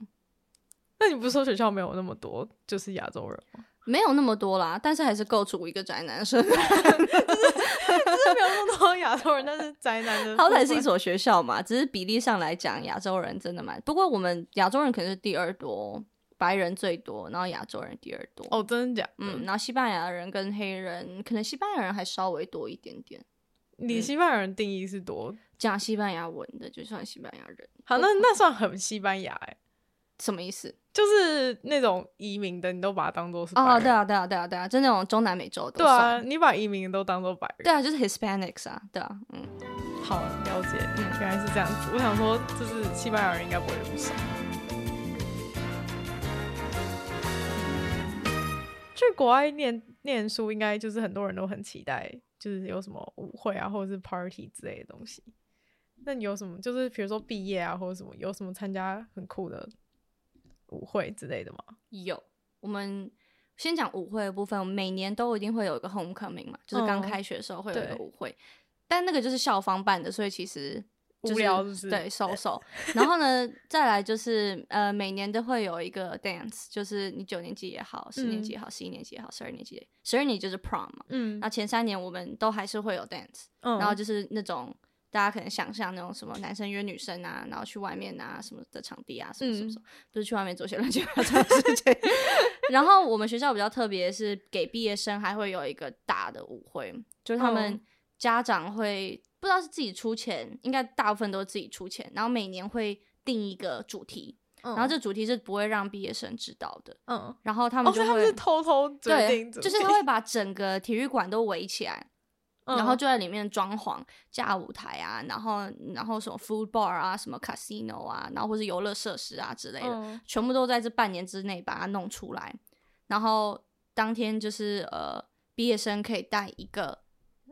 A: (laughs) 那你不是说学校没有那么多就是亚洲人 (laughs) 吗？
B: 没有那么多啦，但是还是构筑一个宅男生。
A: 就是没有那么多亚洲人，但是宅男的
B: 好
A: 部
B: 歹
A: 分
B: 是一所学校嘛，只是比例上来讲，亚洲人真的蛮……不过我们亚洲人可能是第二多，白人最多，然后亚洲人第二多。
A: 哦，真的假的？
B: 嗯，然后西班牙人跟黑人，可能西班牙人还稍微多一点点。
A: 你西班牙人定义是多？
B: 讲西班牙文的就算西班牙人，
A: 好，那那算很西班牙哎、
B: 什么意思？
A: 就是那种移民的，你都把它当做是白人
B: 哦，对啊，对啊，对啊，对啊，就那种中南美洲的，
A: 对啊，，你把移民都当做白人，
B: 对啊，就是 Hispanics 啊，对啊，嗯，
A: 好了解，嗯原来是这样子。我想说，就是西班牙人应该不会不少。去国外念念书，应该就是很多人都很期待，就是有什么舞会啊，或者是 party 之类的东西。那你有什么，就是比如说毕业啊，或者什么，有什么参加很酷的舞会之类的吗？
B: 有。我们先讲舞会的部分，我们每年都一定会有一个 homecoming 嘛，就是刚
A: 嗯
B: 开学的时候会有一个
A: 对
B: 舞会，但那个就是校方办的，所以其实就是
A: 无聊是不是
B: 对，收手。然后呢，再来就是呃，每年都会有一个 dance，就是你九年级也好，十年级也好，十一年级也好，十二年级也，十二年级就是 prom 嘛。
A: 嗯
B: 那前三年我们都还是会有 dance，、
A: 嗯，
B: 然后就是那种大家可能想象那种什么男生约女生啊，然后去外面啊什么的场地啊什
A: 嗯
B: 么什么什么，不是去外面做些乱七八糟的事情。 (laughs) 然后我们学校比较特别，是给毕业生还会有一个大的舞会，就是他们
A: 嗯
B: 家长会不知道是自己出钱，应该大部分都是自己出钱，然后每年会定一个主题，
A: 然
B: 然后这主题是不会让毕业生知道的，
A: 嗯，
B: 然后他们
A: 哦，所
B: 就
A: 以他
B: 会、
A: 们是偷偷决
B: 对，
A: 定主题，
B: 就是他会把整个体育馆都围起来，
A: 嗯，
B: 然后就在里面装潢、架舞台啊，然后然后什么 food bar 啊，什么 casino 啊，然后或是游乐设施啊之类的，
A: 嗯
B: 全部都在这半年之内把它弄出来。然后当天就是呃，毕业生可以带一个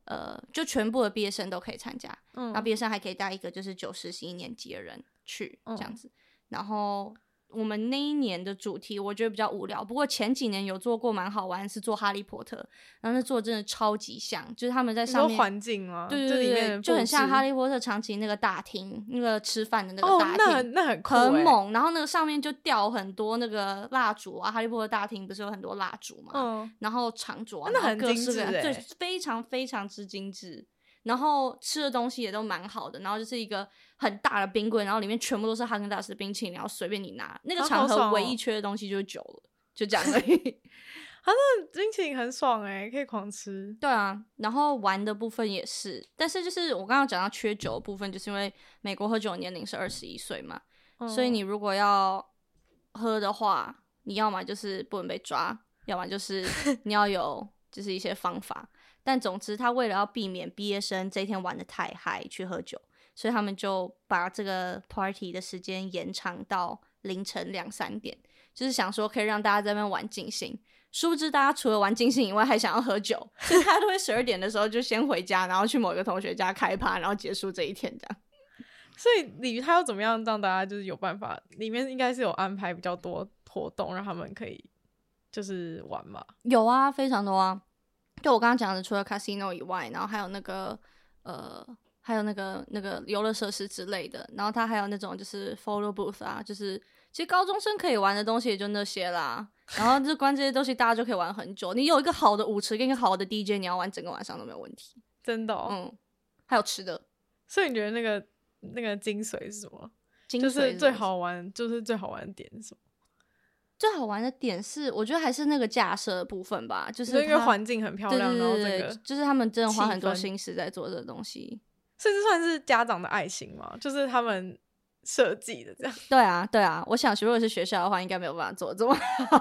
B: 呃，就全部的毕业生都可以参加，
A: 嗯
B: 然后毕业生还可以带一个就是九十十一年级的人去这
A: 嗯
B: 样子。然后我们那一年的主题我觉得比较无聊，不过前几年有做过蛮好玩，是做哈利波特，然后那做得真的超级像，就是他们在
A: 你
B: 上
A: 说
B: 面。
A: 环境吗？
B: 对
A: 这
B: 对
A: 里
B: 对
A: 面
B: 对，
A: 的
B: 就很
A: 布
B: 像
A: 置
B: 哈利波特场景那个大厅，那个吃饭的那个
A: 哦
B: 大，
A: 那
B: 厅，
A: 很那很酷
B: 很
A: 欸，
B: 猛。然后那个上面就吊很多那个蜡烛啊，哈利波特大厅不是有很多蜡烛嘛，
A: (laughs) 嗯，
B: 然后长桌、啊，
A: 那
B: 然后
A: 很
B: 各
A: 精
B: 式各
A: 致
B: 样，对
A: 欸，
B: 非常非常之精致。然后吃的东西也都蛮好的，然后就是一个很大的冰柜，然后里面全部都是哈根达斯的冰淇淋，然后随便你拿。那个
A: 啊
B: 场
A: 好
B: 合
A: 爽
B: 唯
A: 哦
B: 一缺的东西就是酒了，就这样
A: (laughs)
B: 而已。 (laughs)
A: 冰淇淋很爽哎，可以狂吃，
B: 对啊，然后玩的部分也是，但是就是我刚刚讲到缺酒的部分，就是因为美国喝酒的年龄是二十一岁嘛，所以
A: 嗯
B: 你如果要喝的话，你要么就是不能被抓，要么就是你要有就是一些方法。但总之，他为了要避免毕业生这一天玩的太嗨去喝酒，所以他们就把这个 party 的时间延长到凌晨两三点，就是想说可以让大家在那边玩尽兴。殊不知，大家除了玩尽兴以外，还想要喝酒，所以大家都会十二点的时候就先回家，然后去某一个同学家开趴，然后结束这一天这样。
A: 所以鲤鱼它要怎么样让大家就是有办法？里面应该是有安排比较多活动，让他们可以就是玩嘛。
B: 有啊，非常多啊。就我刚刚讲的，除了 casino 以外，然后还有那个呃，还有那个那个游乐设施之类的，然后它还有那种就是 photo booth 啊，就是其实高中生可以玩的东西也就那些啦。然后就关这些东西，大家就可以玩很久。你有一个好的舞池跟一个好的 DJ，你要玩整个晚上都没有问题。
A: 真的、哦，
B: 嗯，还有吃的，
A: 所以你觉得那个那个精髓是什么？
B: 精
A: 就
B: 髓什
A: 是
B: 么
A: 最好玩，就是最好玩的点是什么？
B: 最好玩的点是，我觉得还是那个架设的部分吧，就
A: 就是是因为
B: 它
A: 环境很漂
B: 对
A: 亮，
B: 对
A: 然后
B: 对
A: 这
B: 对
A: 个，
B: 就是他们真的花
A: 气
B: 很多
A: 氛
B: 心思在做这个东西。
A: 所以这算是家长的爱心嘛，就是他们设计的这样。
B: 对啊，对啊，我想如果是学校的话，应该没有办法做这么好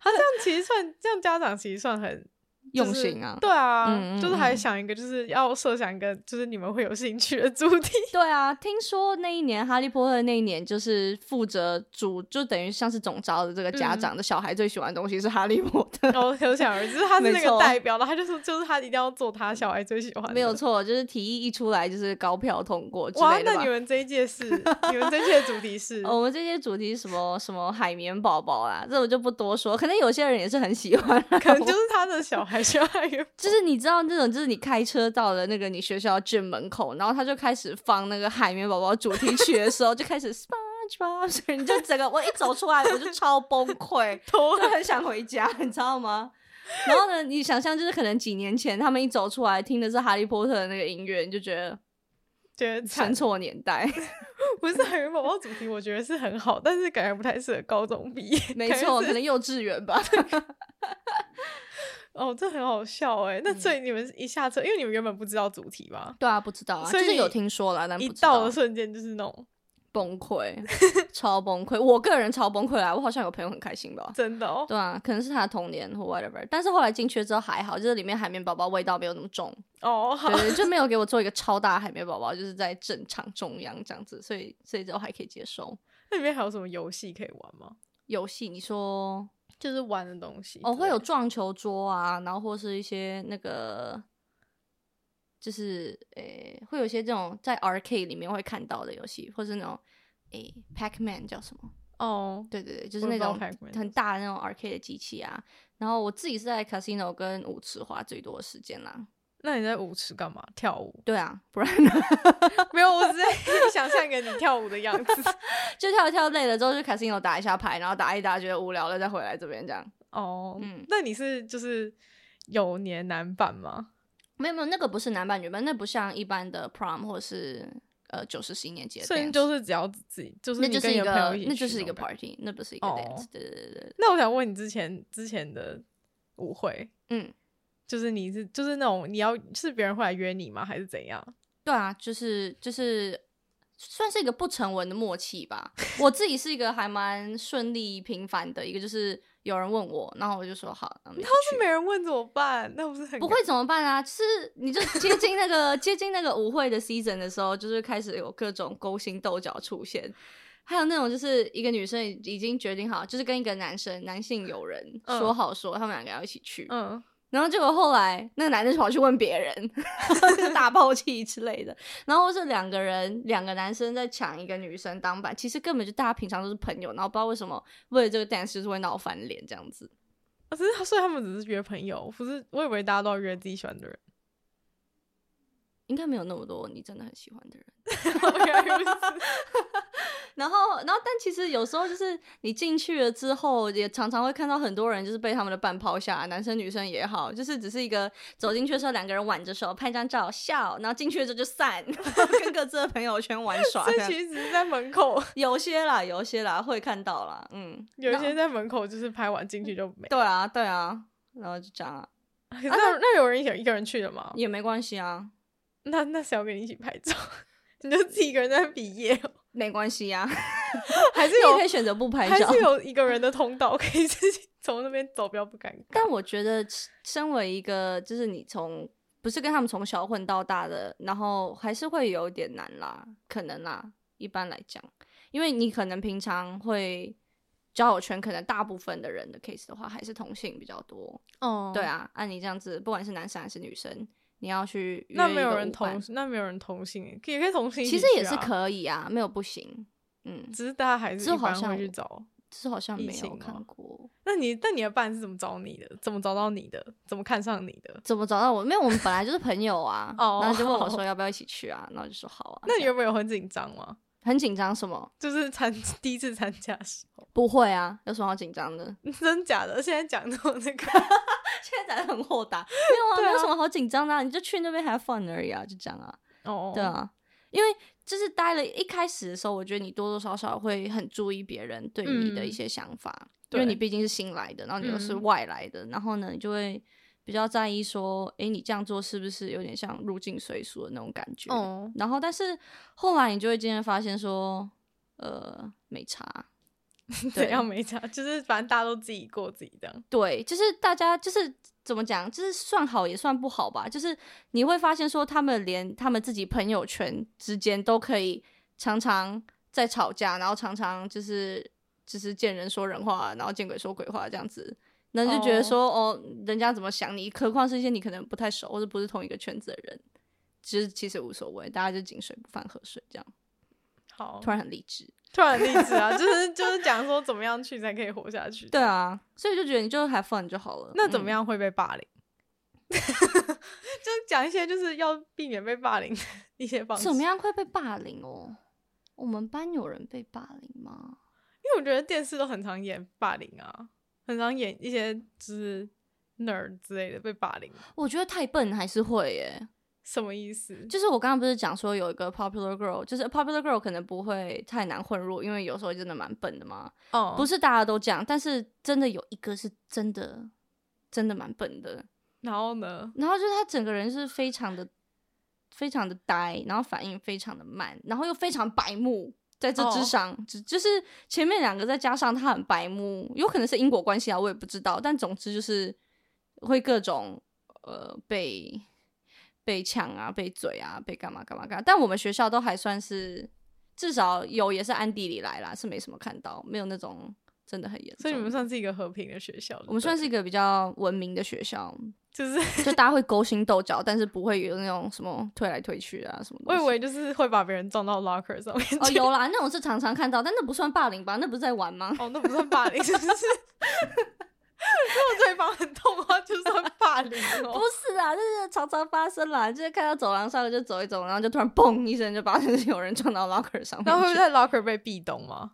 A: 他这样 (laughs) 其实算，这样家长其实算很。
B: 用
A: 就是
B: 心啊。
A: 对啊，
B: 嗯嗯
A: 就是还
B: 嗯
A: 想一个，就是要设想一个，就是你们会有兴趣的主题。
B: 对啊，听说那一年哈利波特那一年，就是负责主，就等于像是总招的这个家
A: 嗯
B: 长的小孩最喜欢的东西是哈利波
A: (laughs)
B: 特。
A: 然后可想而知，他是
B: 没
A: 那
B: 错
A: 个代表的，他就说就是他一定要做他小孩最喜欢的。
B: 没有错，就是提议一出来就是高票通过之
A: 哇
B: 类，的
A: 那
B: 吧
A: 你。们这一届是你们这一届的主题是
B: (laughs) 哦我们这些主题什么什么海绵宝宝啊，这我就不多说，可能有些人也是很喜欢啊、
A: 可能就是他的小孩小孩有
B: 就是你知道那种，就是你开车到了那个你学校正门口，然后他就开始放那个海绵宝宝主题曲的时候，就开始 SpongeBob，所以你就整个我一走出来我就超崩
A: (laughs)
B: 溃，
A: 头
B: 就很想回家，你知道吗？然后呢，你想象就是可能几年前他们一走出来听的是哈利波特的那个音乐，你就觉得
A: 觉得
B: 生
A: 惨。
B: 错年代， (laughs)
A: 不是海绵宝宝主题，我觉得是很好，但是感觉不太适合高中毕业。
B: 没
A: 感觉
B: 错，
A: 是
B: 可能幼稚
A: (laughs)
B: 园吧。
A: 哦，这很好笑哎。那
B: 嗯
A: 所以你们一下车，因为你们原本不知道主题嘛，
B: 对啊，不知道啊，
A: 所
B: 就
A: 以
B: 是有
A: 你
B: 听说啦，但
A: 一
B: 不知道
A: 到的瞬间就是那种
B: 崩溃，超崩溃。我个人超崩溃啦，我好像有朋友很开心吧。
A: 真的哦。
B: 对啊，可能是他的童年或 whatever。但是后来进去之后还好，就是里面海绵宝宝味道没有那么重，
A: 哦，好
B: 对，对就没有给我做一个超大的海绵宝宝，就是在正常中央这样子，所以所以之后还可以接受。
A: 那里面还有什么游戏可以玩吗？
B: 游戏你说
A: 就是玩的东西
B: 哦，
A: 之
B: 会有
A: 类的
B: 撞球桌啊，然后或是一些那个。就是诶、会有一些这种在 arcade 里面会看到的游戏，或是那种诶、Pac-Man 叫什么？
A: 哦，
B: 对对对，就是
A: 我
B: 那
A: 也不知道
B: 种
A: Pac-Man
B: 很大的那种 arcade 的机器啊。然后我自己是在 casino 跟舞池花最多的时间啦。
A: 那你在舞池干嘛？跳舞？ (laughs)
B: 对啊，不然呢？ (laughs)
A: 没有，我只是想象一个你跳舞的样子。 (laughs)
B: 就跳一跳累了之后去 casino 打一下牌，然后打一打觉得无聊了再回来这边这样。
A: 哦，
B: 嗯
A: 那你是就是有年男版吗？
B: 没有没有，那个不是男扮女扮，那不像一般的 prom 或是呃九十新年节的 dance，
A: 所以就是只要自己就是
B: 那
A: 你
B: 就是
A: 跟
B: 一
A: 你的朋友
B: 个
A: 一起
B: 那
A: 去
B: 就是一
A: 种
B: 个
A: 感觉
B: party，那不是一个
A: 哦
B: dance，、对对对对，
A: 那我想问你之前之前的舞会，
B: 嗯，
A: 就是你是就是那种你要是别人会来约你吗？还是怎样？
B: 对啊，就是就是算是一个不成文的默契吧。我自己是一个还蛮顺利平凡的一个，就是有人问我，然后我就说好，那我们一起去
A: 是没人问怎么办？那不是很
B: 不会怎么办啊？就是你就接近那个接近那个舞会的 season 的时候，就是开始有各种勾心斗角出现，还有那种就是一个女生已已经决定好，就是跟一个男生男性友人
A: 嗯
B: 说好说、他们两个要一起去，
A: 嗯，
B: 然后结果后来那个男的就跑去问别人， (laughs) 就
A: (laughs)
B: 大爆气之类的，然后是两个人两个男生在抢一个女生当板，其实根本就大家平常都是朋友，然后不知道为什么为了这个 dance 就是会闹翻脸这样子。
A: 啊，只是所以他们只是约朋友，不是？我以为大家都要约自己喜欢的人。 (laughs)
B: 应该没有那么多你真的很喜欢的人，
A: 哦原来如
B: (laughs)
A: 此
B: 然后，然后，但其实有时候就是你进去了之后，也常常会看到很多人就是被他们的伴抛下，男生女生也好，就是只是一个走进去的时候两个人挽着手拍张照笑，然后进去了之后就散， (laughs) 跟各自的朋友圈玩耍
A: 所
B: 这
A: 以
B: 样。
A: 其实只是在门口，
B: 有些啦，有些啦，会看到啦，嗯，
A: 有一
B: 那
A: 些在门口就是拍完进去就没。
B: 对啊，对啊，然后就这样啊，
A: 可是 (laughs) 那那有人有一个人去的吗？
B: 也没关系啊，
A: 那那谁要跟你一起拍照？ (laughs) 你就自己一个人在那毕业，
B: 没关系啊，
A: (laughs) 还是
B: 你也可
A: 有
B: 以选择不拍
A: 还
B: 照，
A: 是有一个人的通道可以自己从那边走，比较不尴尬。
B: 但我觉得，身为一个就是你从不是跟他们从小混到大的，然后还是会有点难啦，可能啦，一般来讲，因为你可能平常会交友圈，可能大部分的人的 case 的话，还是同性比较多。
A: 哦
B: 对，啊，按你这样子，不管是男生还是女生，你要去约
A: 那
B: 一
A: 没有
B: 个
A: 人
B: 舞伴
A: 同，那没有人同性，也可以同性一起
B: 其
A: 去啊、
B: 实也是可以啊，没有不行。嗯，
A: 只是大家还是
B: 这
A: 一
B: 好
A: 般会
B: 像
A: 去找。
B: 这好像
A: 疫
B: 没有
A: 情
B: 看
A: 吗
B: 过。
A: 那你那你的伴是怎么找你的？怎么找到你的？怎么看上你的？，
B: 怎么找到我？因为我们本来就是朋友啊
A: (laughs) 哦
B: 然后就问我说要不要一起去啊，然后就说好啊。
A: (laughs) 那
B: 这
A: 你
B: 样
A: 有没有很紧张吗？
B: 很紧张什么？
A: 就是参 (laughs) 第一次参加的时候，
B: 不会啊，有什么好紧张
A: (laughs)
B: 的？
A: 真假的？现在讲到那个，
B: (laughs) 现在很豁达，没有啊，
A: 对啊
B: 没有什么好紧张的啊、你就去那边 have fun 而已啊，就这样啊，
A: 哦，
B: 对，啊，因为就是待了一开始的时候，我觉得你多多少少会很注意别人对你的一些想法，因为
A: 嗯对
B: 你毕竟是新来的，然后你又是
A: 嗯
B: 外来的，然后呢，你就会比较在意说，诶，你这样做是不是有点像入境随俗的那种感觉？
A: 哦，
B: 然后，但是后来你就会渐渐发现说，呃，没差，
A: 怎样没差？就是反正大家都自己过自己这样。
B: 对，就是大家就是怎么讲，就是算好也算不好吧。就是你会发现说，他们连他们自己朋友圈之间都可以常常在吵架，然后常常就是就是见人说人话，然后见鬼说鬼话这样子。那你就觉得说哦人家怎么想你，何况是一些你可能不太熟或者不是同一个圈子的人，其实其实无所谓，大家就井水不犯河水这样。
A: 好，
B: 突然很理智，
A: 突然励志啊，就是就是讲说怎么样去才可以活下去。
B: 对，啊，所以就觉得你就 have fun 就好了。
A: 那怎
B: 嗯
A: 么样会被霸凌？ (laughs) 就是讲一些就是要避免被霸凌的一些方式。
B: 怎么？样会被霸凌哦？我们班有人被霸凌吗？
A: 因为我觉得电视都很常演霸凌啊，很常演一些就是 nerd 之类的被霸凌，
B: 我觉得太笨还是会耶。
A: 什么意思？
B: 就是我刚刚不是讲说有一个 popular girl，就是 popular girl 可能不会太难混入，因为有时候真的蛮笨的嘛。
A: 哦，
B: 不，是大家都这样，但是真的有一个是真的真的蛮笨的，
A: 然后呢？
B: 然后就是他整个人是非常的非常的呆，然后反应非常的慢，然后又非常白目。在这之
A: 哦
B: 上，只、就是前面两个再加上他很白目，有可能是因果关系啊，我也不知道。但总之就是会各种呃被被抢啊，被嘴啊，被干嘛干嘛干嘛。但我们学校都还算是至少有也是暗地里来啦，是没什么看到，没有那种真的很严重。
A: 所以你们算是一个和平的学校，
B: 我们算
A: 是
B: 是一个比较文明的学校，
A: 就是 (laughs)
B: 就大家会勾心斗角，但是不会有那种什么推来推去啊什么
A: 我
B: 东
A: 以
B: 西。
A: 为就是会把别人撞到 locker 上面去。
B: 哦，有啦，那种是常常看到，但那不算霸凌吧？那不是在玩吗？
A: 哦，那不算霸凌， (laughs) 啊是不是？如果对方很痛的话，就算霸凌
B: 不
A: (laughs) 哦。
B: 是啦，就是常常发生啦，就是看到走廊上就走一走，然后就突然嘣一声， (laughs) 就发现有人撞到 locker 上
A: (laughs)
B: 面
A: 然后会不会
B: 去。
A: 在 locker 被壁咚吗？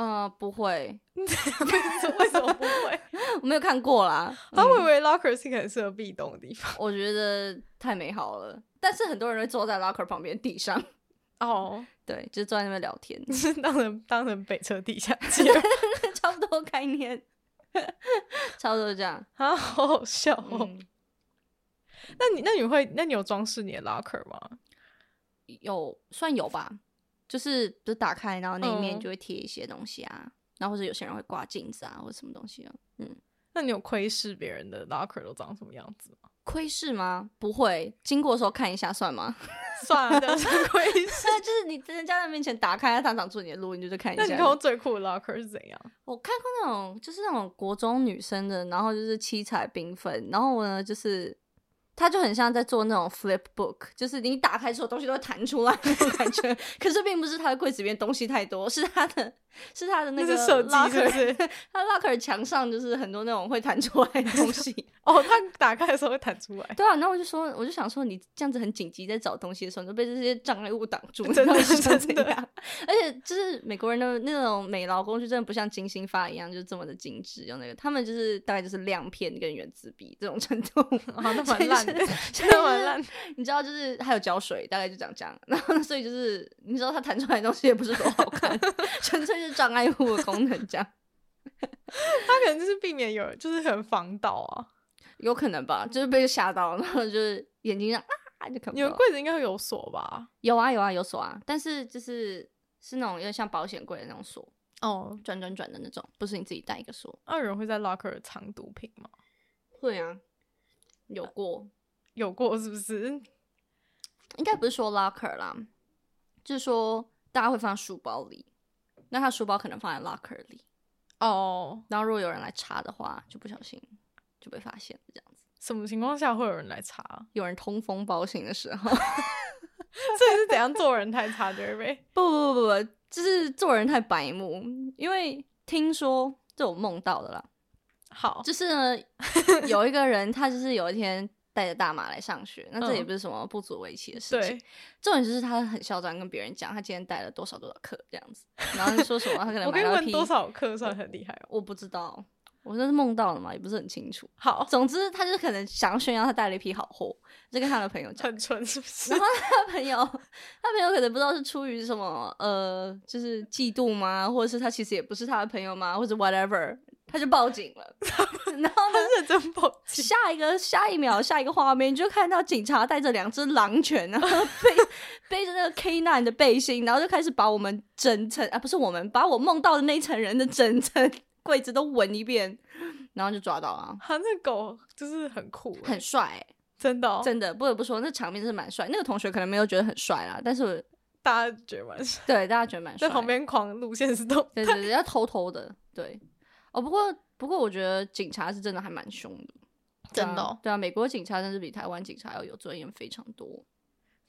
B: 嗯、不会，
A: (laughs) 为什么不 (laughs) 会？
B: 我没有看过啦。
A: 他会
B: 嗯
A: 不会 locker 是一个很适合壁咚的地方？
B: 我觉得太美好了，但是很多人会坐在 locker 旁边地上，
A: (laughs) 哦，
B: 对，就是坐在那边聊天， (laughs)
A: 是当成当成北车地下街
B: 差不多概念， (laughs) 差不多这样。
A: (laughs) 啊，好好笑哦。
B: 嗯，
A: 那你那你会那你有装饰你的 locker 吗？
B: 有算有吧，就是就打开，然后那一面
A: 嗯
B: 就会贴一些东西啊，然后或者有些人会挂镜子啊，或者什么东西啊。
A: 那你有窥视别人的 locker 都长什么样子吗？
B: 窥视吗？不会，经过的时候看一下算吗？ (laughs)
A: 算了，这是窥视。
B: 对，啊就是你在人家的面前打开，他挡住你的路，你就去看一下。
A: 那你看过最酷的 locker 是怎样？
B: 我看过那种，就是那种国中女生的，然后就是七彩缤纷，然后呢，就是她就很像在做那种 flip book，就是你打开之后东西都会弹出来那种感觉。 (laughs) 可是并不是她的柜子里面东西太多，是她的，是她的
A: 那
B: 个
A: 是设计是不
B: locker，
A: 是？
B: 她 locker 墙上就是很多那种会弹出来的
A: (laughs)
B: 东西。
A: 哦，它打开的时候会弹出来，
B: 对啊，然后我就说，我就想说，你这样子很紧急在找东西的时候，你就被这些障碍物挡住，
A: 真的
B: 你到底想
A: 真
B: 怎
A: 的
B: 样？而且就是美国人的那种美劳工具，真的不像金星发一样，就这么的精致，用那个，他们就是大概就是亮片跟原子笔这种
A: (laughs)
B: 程度。
A: 啊，那蛮烂 (laughs) 的，
B: 所以
A: 那蛮烂的。
B: 你知道，就是还有胶水，大概就长这样。 (laughs) 然后，所以就是你知道，它弹出来的东西也不是多好看， (laughs) 纯粹是障碍物的功能，这样
A: 他可能就是避免有，就是很防盗啊。
B: 有可能吧？就是被吓到，然后就是眼睛上啊就看不
A: 你们
B: 到。
A: 柜子应该会有锁吧？
B: 有啊有啊有锁啊，但是就是是那种有点像保险柜的那种锁，
A: 哦，
B: 转转转的那种，不是你自己带一个锁。
A: 那有人会在 locker 藏毒品吗？
B: 会啊，有过，
A: 有过是不是？
B: 应该不是说 locker 啦，就是说大家会放书包里，那他书包可能放在 locker 里，
A: 哦，
B: 然后如果有人来查的话，就不小心就被发现了这样子。
A: 什么情况下会有人来查？ (laughs)
B: 有人通风报信的时候， (laughs)
A: 这是怎样做人太差对不对？
B: 不不不不，就是做人太白目，因为听说这我梦到的啦，
A: 好，
B: 就是呢， (laughs) 有一个人他就是有一天带着大马来上学，那
A: 嗯
B: 这也不是什么不足为奇的事情。
A: 对，
B: 重点就是他很嚣张跟别人讲他今天带了多少多少克这样子，然后就说什么他可能
A: 我可
B: 买
A: 以
B: 到一
A: 问
B: 批，
A: 多少克算很厉害哦？
B: 我不知道，我那是梦到了嘛，也不是很清楚。
A: 好，
B: 总之他就可能想要炫耀他带了一批好货，就跟他的朋友讲。
A: 很纯是不是
B: 然？后他朋友，他朋友可能不知道是出于什么，呃，就是嫉妒吗？或者是他其实也不是他的朋友吗？或者 whatever，他就报警了。 (laughs) 然后呢，
A: 认真报警，
B: 下一个下一秒下一个画面，你就看到警察带着两只狼犬，然后 (laughs) 背背着那个 K 9的背心，然后就开始把我们整层啊，不是我们，把我梦到的那一层人的整层 (laughs) 柜子都闻一遍，然后就抓到了。
A: 他那狗就是很酷欸，
B: 很帅、
A: 真的哦，
B: 真的不得不说，那场面是蛮帅。那个同学可能没有觉得很帅啦，但是我
A: 大家觉得蛮帅，
B: (laughs) 对大家觉得蛮帅。
A: 在旁，边狂路线是
B: (laughs)
A: 都
B: 对对对，要偷偷的，对。哦，不过不过，我觉得警察是真的还蛮凶的，对啊
A: 真的哦
B: 对啊，美国警察真是比台湾警察要有尊严非常多。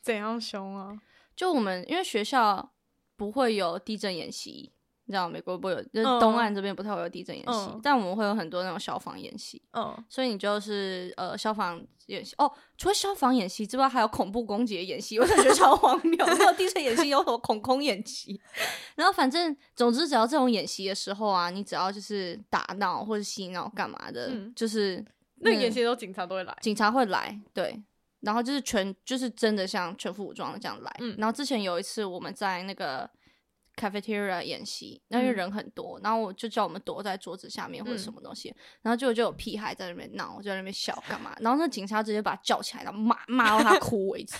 A: 怎样凶啊？
B: 就我们因为学校不会有地震演习，你知道美国不会有，就是
A: 嗯
B: 东岸这边不太会有地震演习，
A: 嗯
B: 但我们会有很多那种消防演习，
A: 嗯，
B: 所以你就是呃消防演习哦，除了消防演习之外，还有恐怖攻击的演习， (laughs) 我真的觉得超荒谬。没有地震演习，有什么恐攻演习？ (laughs) 然后反正总之，只要这种演习的时候啊，你只要就是打闹或者洗脑干嘛的，
A: 嗯
B: 就是
A: 那个
B: 嗯
A: 演习都警察都
B: (laughs)
A: 会来，
B: 警察会来，对，然后就是全就是真的像全副武装的这样来。
A: 嗯
B: 然后之前有一次我们在那个 cafeteria 演习，那因为
A: 嗯
B: 人很多，然后我就叫我们躲在桌子下面或者
A: 嗯
B: 什么东西，然后结果就有屁孩在那边闹，就在那边笑干
A: (laughs)
B: 嘛，然后那警察直接把他叫起来，然后骂骂到他哭为止。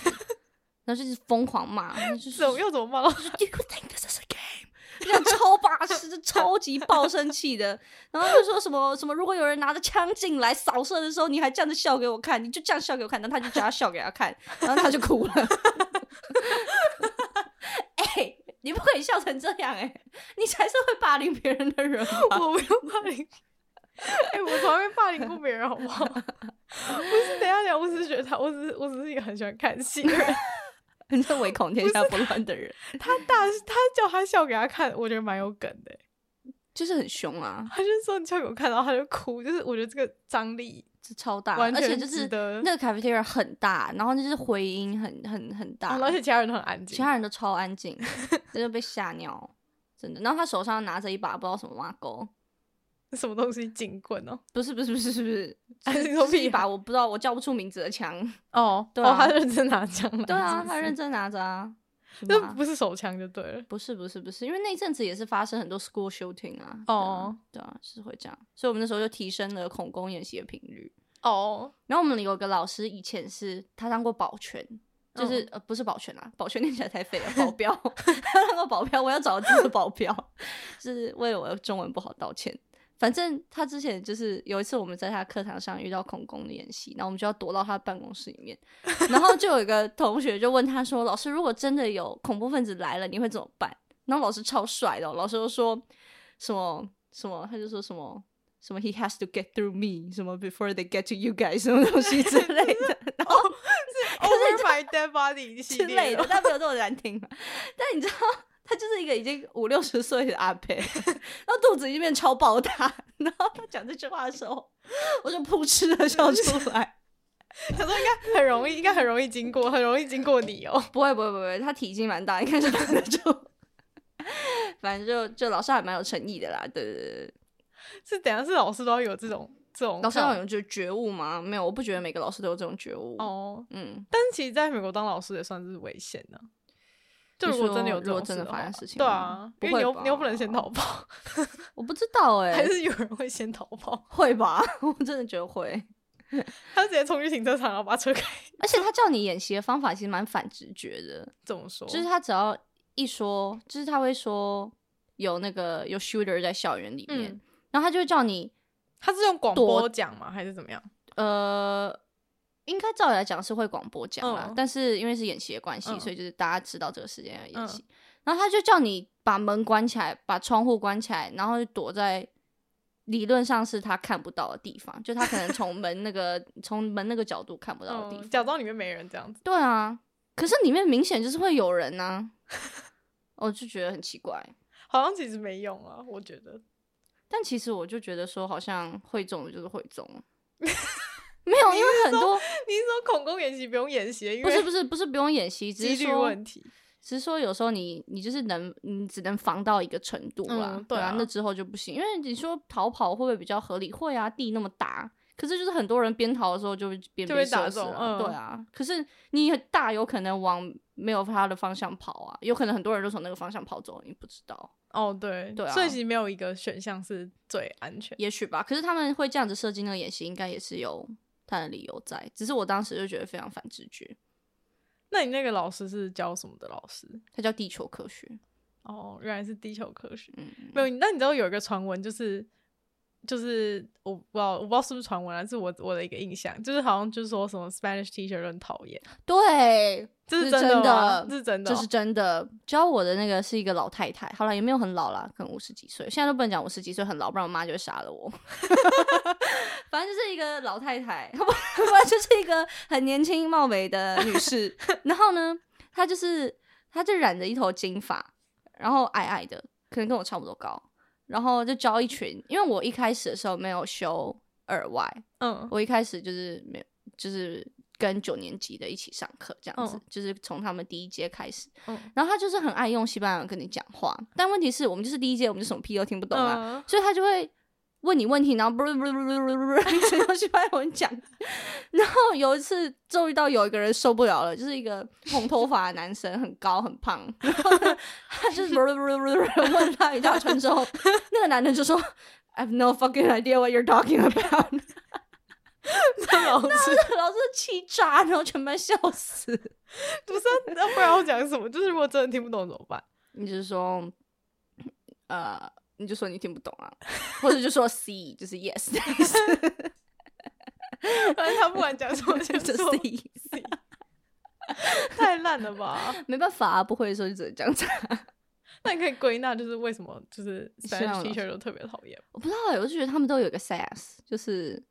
B: 然后就是疯狂骂，然后就是
A: 怎么又怎么骂到 (laughs)
B: You think this is a game？这样超巴适，就超级爆生气的。然后就说什么什么，如果有人拿着枪进来扫射的时候，你还这样子笑给我看，你就这样笑给我看，然后他就叫他笑给他看，然后他就哭了。哎、你不可以笑成这样哎、你才是会霸凌别人的人吧？
A: 我没
B: 啊
A: 有霸凌。哎、我从来没霸凌过别人，好不好？ (laughs) 不是，等一下讲，我只是觉得他，我只是我只是一个很喜欢看戏的人。
B: (laughs)
A: (laughs)
B: 你是唯
A: 啊
B: 恐天下不乱的人，
A: 他大，他叫他笑给他看，我觉得蛮有梗的、欸
B: 就是很凶啊，
A: 他就说你跳给我看，然后他就哭，就是我觉得这个张力
B: 这超大，
A: 完
B: 而且
A: 全
B: 就是
A: 值得
B: 那个 cafeteria 很大，然后就是回音很很很大，
A: 嗯而且其他人都很安
B: 啊其
A: 静。
B: 他人都超安静，真的 (laughs) 被吓尿，真的。然后他手上拿着一把不知道什么挖钩，
A: 什么东西警棍哦？
B: 不是不是不 (laughs) 是不是，
A: 安
B: 是
A: 静
B: 就
A: 说
B: 是一
A: 屁
B: 把
A: 啊
B: 我不知道我叫不出名字的枪。
A: 哦，
B: 对
A: 哦他
B: 啊，
A: 认真拿枪来，
B: 对啊，
A: 是不
B: 他
A: 是
B: 认真拿着啊。
A: 就
B: 什么啊
A: 不是手枪就对了。
B: 不是不是不是，因为那一阵子也是发生很多 school shooting 啊。
A: 哦
B: 对啊，对啊，是会这样，所以我们那时候就提升了恐攻演习的频率。
A: 哦，
B: 然后我们有个老师以前是他当过保全，就是、呃不是保全啦，保全念起来太废了，保镖， (laughs) 他当过保镖，我要找的就是保镖， (laughs) 是为我的中文不好道歉。反正他之前就是有一次我们在他课堂上遇到恐攻的演习，然后我们就要躲到他办公室里面，然后就有一个同学就问他说：“老师，如果真的有恐怖分子来了，你会怎么办？”然后老师超帅的哦、老师就说什么什么，他就说什么什么 “He has to get through me” 什么 “Before they get to you guys” 什么东西之类 (laughs) 的，然后
A: Over my dead body 系
B: 之类
A: 列
B: 的，
A: 的，
B: 但没有这么难听嘛。但你知道，他就是一个已经五六十岁的阿伯，然后肚子已经变超爆大，然后他讲这句话的时候，我就扑哧的笑出来。
A: 他说应该很容易，应该很容易经过，很容易经过你哦。
B: (laughs) 不会不会不会，他体积蛮大，应该是挡得住。 (laughs) 反正就就老师还蛮有诚意的啦，对对对对。
A: 是等一下是老师都要有这种这种
B: 老师
A: 看
B: 要
A: 法
B: 有觉觉悟吗？没有，我不觉得每个老师都有这种觉悟。，
A: 哦，
B: 嗯，
A: 但是其实在美国当老师也算是危险的、就
B: 你
A: 如果真的
B: 说
A: 有
B: 如
A: 这
B: 果
A: 种
B: 真的
A: 的
B: 发
A: 话
B: 生事情
A: 对
B: 吗
A: 啊，
B: 不
A: 因为
B: 会
A: 你又你又不
B: 吧
A: 能先逃
B: (laughs)
A: 跑，
B: 我不知道哎、 (laughs)
A: 还是有人会先逃跑，
B: 会吧？ (laughs) 我真的觉得会。
A: (laughs) 他直接冲去停车场，然后把车开。
B: 而且他叫你演习的方法其实蛮反直觉的，
A: 怎么说？
B: 就是他只要一说，就是他会说有那个有 shooter 在校园里面，
A: 嗯
B: 然后他就会叫你，
A: 他是用广播讲吗？还是怎么样？
B: 呃，应该照理来讲是会广播讲啦，
A: 嗯
B: 但是因为是演习的关系，
A: 嗯
B: 所以就是大家知道这个时间要演习，然后他就叫你把门关起来，把窗户关起来，然后就躲在。理论上是他看不到的地方，就他可能
A: (laughs)
B: 从门那个从门那个角度看不到的地方
A: 嗯，。假装里面没人这样子。
B: 对啊，可是里面明显就是会有
A: (laughs)
B: 人呐、我就觉得很奇怪。
A: 好像其实没用啊，我觉得。 (laughs)
B: 但其实我就觉得说，好像会中的就是会中，
A: (laughs)
B: 没有，因为很多
A: 你是说恐攻演习不用演习，因
B: 不是
A: 为
B: 不是不是不用演习，只
A: 几
B: 是
A: 率
B: 说
A: 问题？
B: 只是说有时候你你就是能你只能防到一个程度啦，
A: 嗯
B: 对
A: 对
B: 啊
A: 啊，
B: 那之后就不行，因为你说逃跑会不会比较合理？会啊，地那么大。可是就是很多人边逃的时候就会边
A: 就
B: 被
A: 被打
B: 射死
A: 中
B: 了
A: 嗯
B: 对啊。可是你很大有可能往没有他的方向跑啊，有可能很多人都从那个方向跑走，你不知道，
A: 哦，对，
B: 对啊
A: 所以其实没有一个选项是最安全。
B: 也许吧。可是他们会这样子设计那个演习，应该也是有他的理由在。只是我当时就觉得非常反直觉，
A: 那你那个老师是教什么的老师？
B: 它叫地球科学，
A: 哦，原来是地球科学。
B: 嗯，
A: 没有，那你知道有一个传闻，就是就是我不知道，我不知道是不是传闻啊，是我我的一个印象，就是好像就是说什么 Spanish teacher 都很讨厌，
B: 对，
A: 这
B: 是
A: 真
B: 真
A: 吗
B: 的
A: 这是真的
B: 这
A: 哦，
B: 是真的。教我的那个是一个老太太，好了，也没有很老啦，可能五十几岁。现在都不能讲五十几岁很老，不然我妈就会
A: (laughs)
B: 杀了我。 (laughs) 反正就是一个老太太， (laughs) 不不然就是一个很年轻貌美的女
A: (laughs)
B: 士。然后呢，她就是她就染着一头金发，然后矮矮的，可能跟我差不多高，然后就教一群。因为我一开始的时候没有修耳外，
A: 嗯，
B: 我一开始就是没有，就是跟九年级的一起上课这样子，
A: 嗯
B: 就是从他们第一届开始。
A: 嗯
B: 然后他就是很爱用西班牙文跟你讲话，但问题是我们就是第一届，我们就什么屁都听不懂啊，
A: 嗯
B: 所以他就会问你问题，然后不不不不不不，一
A: (laughs)
B: 直用西班牙文讲。然后有一次，终于到有一个人受不了了，就是一个红头发的男生，很高很胖，然后呢他就是问他一大串之后， (laughs) 那个男的就说：“I've no fucking idea what you're talking about。”
A: 那老 (laughs) 师
B: (laughs) 老师气炸，然后全班笑死。
A: 不是啊，那不然我讲什么？就是如果真的听不懂怎么办？
B: 你就说，呃，你就说你听不懂啊，或者就说 C 就是 (laughs) yes，
A: 反正他不管讲什么 (laughs) 就
B: 就
A: 说
B: C，
A: (laughs) 太烂了吧？
B: 没办法、啊，不会的时候就只能这样子。
A: (laughs) 那你可以归纳就是为什么就是 Spanish
B: 老师
A: teacher 都特别讨厌
B: 我不知道、欸，我就觉得他们都有一个 sass，就是。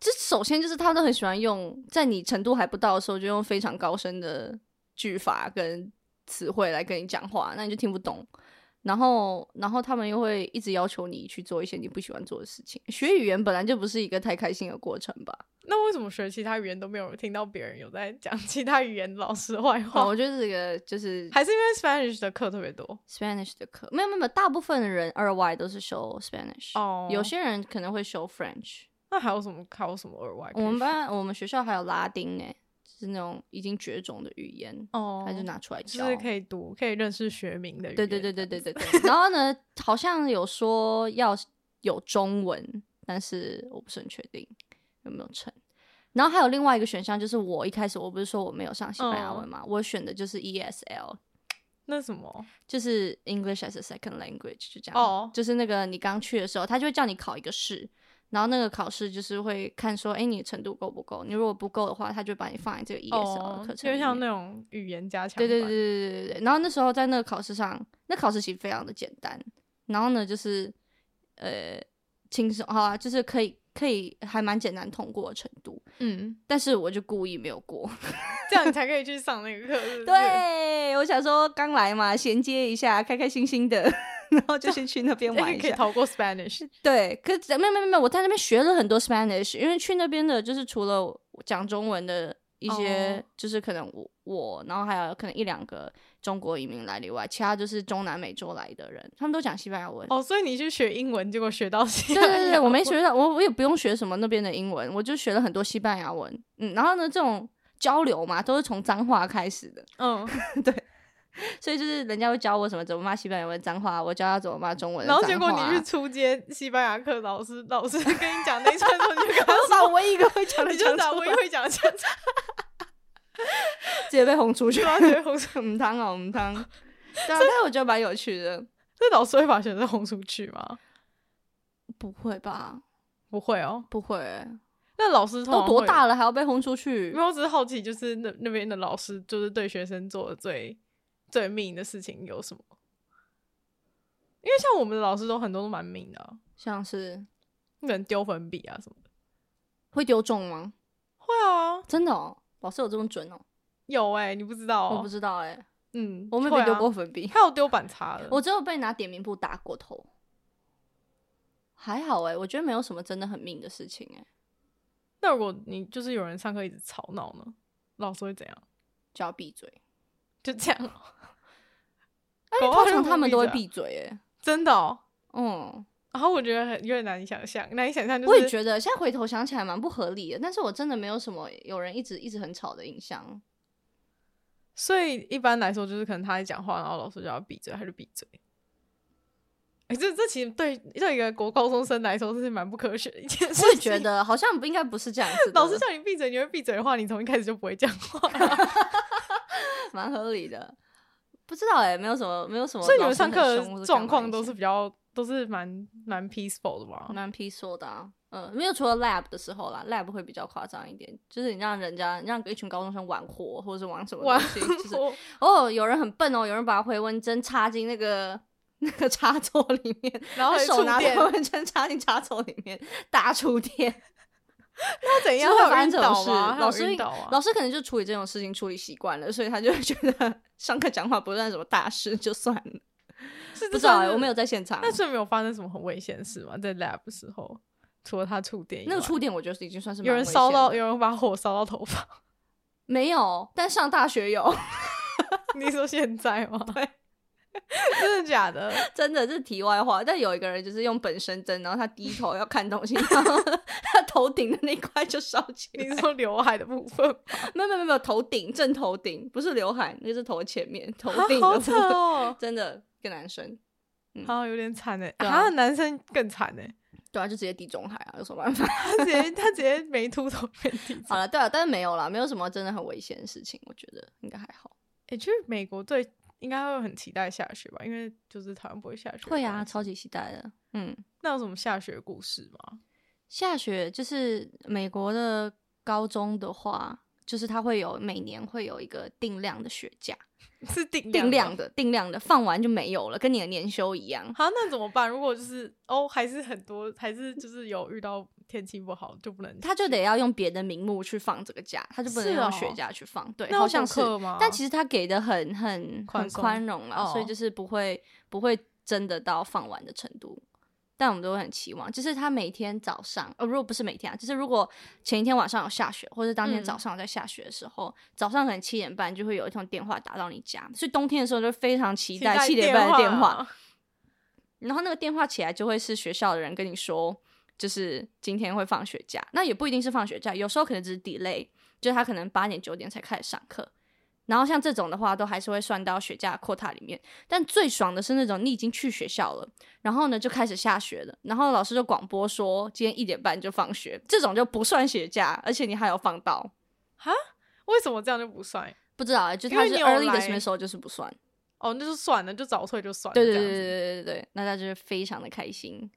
B: 这首先就是他们都很喜欢用，在你程度还不到的时候，就用非常高深的句法跟词汇来跟你讲话，那你就听不懂。然后，然后他们又会一直要求你去做一些你不喜欢做的事情。学语言本来就不是一个太开心的过程吧？
A: 那为什么学其他语言都没有听到别人有在讲其他语言老师的坏
B: 哦，
A: 话？
B: 我觉得这个就是
A: 还是因为 Spanish 的课特别多
B: Spanish 的课，没有没有，没有大部分的人二外都是修 Spanish，、
A: 哦
B: 有些人可能会修 French。
A: 那还有什么还有什么额外可
B: 我
A: 以学？
B: 们班我们学校还有拉丁诶、就是那种已经绝种的语言，
A: 哦，
B: 他就拿出来
A: 就
B: 教。
A: 是可以读，可以认识学名的语言。
B: 对对对对对对对。然后呢，好像有说要有中文，但是我不是很确定有没有成。然后还有另外一个选项，就是我一开始我不是说我没有上西班
A: 嗯
B: 牙文嘛，我选的就是 E ESL，
A: 那什么？
B: 就是 English as a Second Language，就这样。
A: 哦
B: 就是那个你刚去的时候，他就会叫你考一个试，然后那个考试就是会看说，哎，你程度够不够？你如果不够的话，他就把你放在这个 ESL 的
A: 哦
B: 啊课，程
A: 就
B: 里面。
A: 像那种语言加强
B: 对
A: 版。
B: 对对对对对对。然后那时候在那个考试上，那考试其实非常的简单。然后呢，就是呃轻松，好啊，就是可以可以还蛮简单通过的程度。
A: 嗯，
B: 但是我就故意没有过。
A: 这样你才可以去上那个课。是不是， (laughs)
B: 对，我想说刚来嘛，衔接一下，开开心心的， (laughs) 然后就先去那边
A: 这 (laughs)
B: 玩
A: 样
B: 一
A: 哎可以
B: 下。
A: 逃
B: (laughs)
A: 过 Spanish。
B: 对，可是没有没有没有，我在那边学了很多 Spanish，因为去那边的就是除了讲中文的一些，
A: 哦
B: 就是可能我我，然后还有可能一两个中国移民来的以外，其他就是中南美洲来的人，他们都讲西班牙文。
A: 哦，所以你去学英文，结果学到西 (laughs)
B: 对
A: 班牙
B: 对
A: 文
B: 对，我没学到，我我也不用学什么那边的英文，我就学了很多西班牙文。嗯，然后呢，这种交流嘛，都是从脏话开始的，
A: 嗯，
B: 所以就是人家会教我什么怎么骂西班牙文脏话，我教他怎么骂中文的
A: 然
B: 脏
A: 后
B: 呃话。
A: 结果你去出街西班牙课，老师老师跟你讲那一串的时候，你就
B: (laughs)
A: 跟他
B: 我把唯一一个会讲
A: (laughs)
B: 的
A: 你
B: 讲
A: 就
B: 出来，
A: 把我也会讲这样子，
B: 直接被轰出去。
A: 然后觉得红书，
B: 嗯汤哦，嗯汤。对啊，但是我觉得蛮有趣的。
A: (laughs) 这老师会把学生轰出去吗？
B: 不会吧？
A: 不会哦，
B: 不会欸、
A: 那老师通
B: 都
A: 常
B: 多
A: 会
B: 大了还要被轰出去
A: 没？有，我只是好奇，就是那那边的老师，就是对学生做的最最命的事情有什么？因为像我们的老师都很多都蛮命的、啊，
B: 像是
A: 可能丢粉笔啊什么的。
B: 会丢中吗？
A: 会啊，
B: 真的哦，老师有这么准哦？
A: 有哎、你不知道、哦？
B: 我不知道哎、
A: 嗯，
B: 我没有
A: 会
B: 被
A: 啊
B: 丢过，粉笔，
A: 还有丢板擦的。
B: 我只有被拿点名簿打过头。还好哎、我觉得没有什么真的很命的事情哎、
A: 那如果你就是有人上课一直吵闹呢，老师会怎样？
B: 就要闭嘴。
A: 就这样哦、
B: 哎，
A: 搞不好
B: 通常
A: 就
B: 他们
A: 不
B: 都会
A: 闭
B: 闭嘴哎、
A: 真的哦。
B: 嗯，
A: 然后我觉得很有点难以想象，难以想象就是
B: 我也觉得现在回头想起来蛮不合理的，但是我真的没有什么有人一直一直很吵的印象。
A: 所以一般来说，就是可能他在讲话，然后老师就要闭嘴，他就闭嘴。哎、这这其实对对一个国高中生来说，这是蛮不科学的一件事情。
B: 我也觉，得好像不应该不是这样子的，
A: 老师叫你闭嘴，你会闭嘴的话，你从一开始就不会讲
B: (laughs)
A: 话了。
B: 蛮合理的。不知道哎、没有什么，没有什么。
A: 所以你们上课的状况都是比较都是蛮蛮 peaceful 的吧？
B: 蛮 P 说的、啊，嗯，没有除了 lab 的时候啦，lab 会比较夸张一点，就是你让人家让一群高中生玩火，或者是玩什么
A: 哇
B: 东西，就
A: (laughs)
B: 是
A: 我
B: 哦，有人很笨哦，有人把回纹针插进那个。那个插座里面，
A: 然后
B: 他
A: 还
B: 手
A: 触
B: 拿
A: 电
B: 回纹针插进插座里面，大触电，
A: 那怎样？
B: 就会
A: 他
B: 发
A: 有
B: 生
A: 晕
B: 这种
A: 倒
B: 事
A: 吗？他有
B: 老师
A: 晕倒啊？
B: 老师可能就处理这种事情处理习惯了，所以他就会觉得 (laughs) 上课讲话不算什么大事，就算了。
A: 是
B: 不知道、欸，我
A: 没
B: 没
A: 有。
B: 有在现场。
A: 那是没有发生什么很危险的事吗？在 lab 的时候，除了他触电以外，
B: 那个触电，我觉得已经算是蛮
A: 有人
B: 危险
A: 烧到，
B: 的
A: 有人把火烧到头发。 (laughs)
B: 没有？但上大学有，
A: 你说现在吗？对， (laughs) 真的假
B: (laughs)
A: 的？
B: 真的这是题外话。但有一个人就是用本身针，然后他低头要看东西，然 (laughs) 后他头顶的那块就烧起来
A: 你。说刘海的部分吗，
B: 没有没有没有，头顶正头顶，不是刘海，那是头前面头
A: 啊
B: 顶的
A: 好
B: 部
A: 惨
B: 分，
A: 哦，
B: 真的一个男生。
A: 啊，有点惨哎，
B: 对
A: 啊
B: 啊，
A: 男生更惨哎，
B: 对啊，就直接地中海啊，有什么办法？
A: (laughs) 他直接他直接没秃头变地
B: 好
A: 中。
B: 了，对啊，但是没有啦，没有什么真的很危险的事情，我觉得应该还好。
A: 哎，去美国最应该会很期待下雪吧，因为就是台湾不会下雪。
B: 会啊，，超级期待的。嗯，
A: 那有什么下雪的故事吗？ (laughs)
B: 下雪就是美国的高中的话，就是它会有每年会有一个定量的雪假，
A: 是定
B: 定量
A: 量。
B: 的定量的，放完就没有了，跟你的年休一样。
A: 好，那怎么办？如果就是哦，还是很多，还是就是有遇到天气不好就不能去，
B: 他就得要用别的名目去放这个假，他就不能
A: 是哦
B: 用雪假去放。对，
A: 那
B: 好像
A: 有
B: 是
A: 补课吗
B: 但其实他给的很很
A: 宽
B: 很
A: 松
B: 宽容了，
A: 哦
B: 所以就是不会不会真的到放完的程度，但我们都会很期望，就是他每天早上，呃，如果不是每天啊，就是如果前一天晚上有下雪，或者当天
A: 嗯
B: 早上有在下雪的时候，早上可能七点半就会有一通电话打到你家，所以冬天的时候就非常期待七点半的电
A: (laughs)
B: 话，，
A: 啊
B: 然后那个电话起来就会是学校的人跟你说，就是今天会放学假。那也不一定是放学假，有时候可能只是 delay，就是他可能八点九点才开始上课。然后像这种的话，都还是会算到雪假 quota 里面。但最爽的是那种你已经去学校了，然后呢就开始下雪了，然后老师就广播说今天一点半就放学，这种就不算雪假，而且你还有放到。
A: 为什么这样就不算？
B: 不知道啊，就
A: 因
B: 他
A: 为
B: 是
A: 你有
B: early
A: 来
B: dismissal 就是不算。
A: 哦，那就算了，就早退就算了，
B: 对对
A: 这
B: 对
A: 样
B: 对
A: 子
B: 对对对，那他就是非常的开心。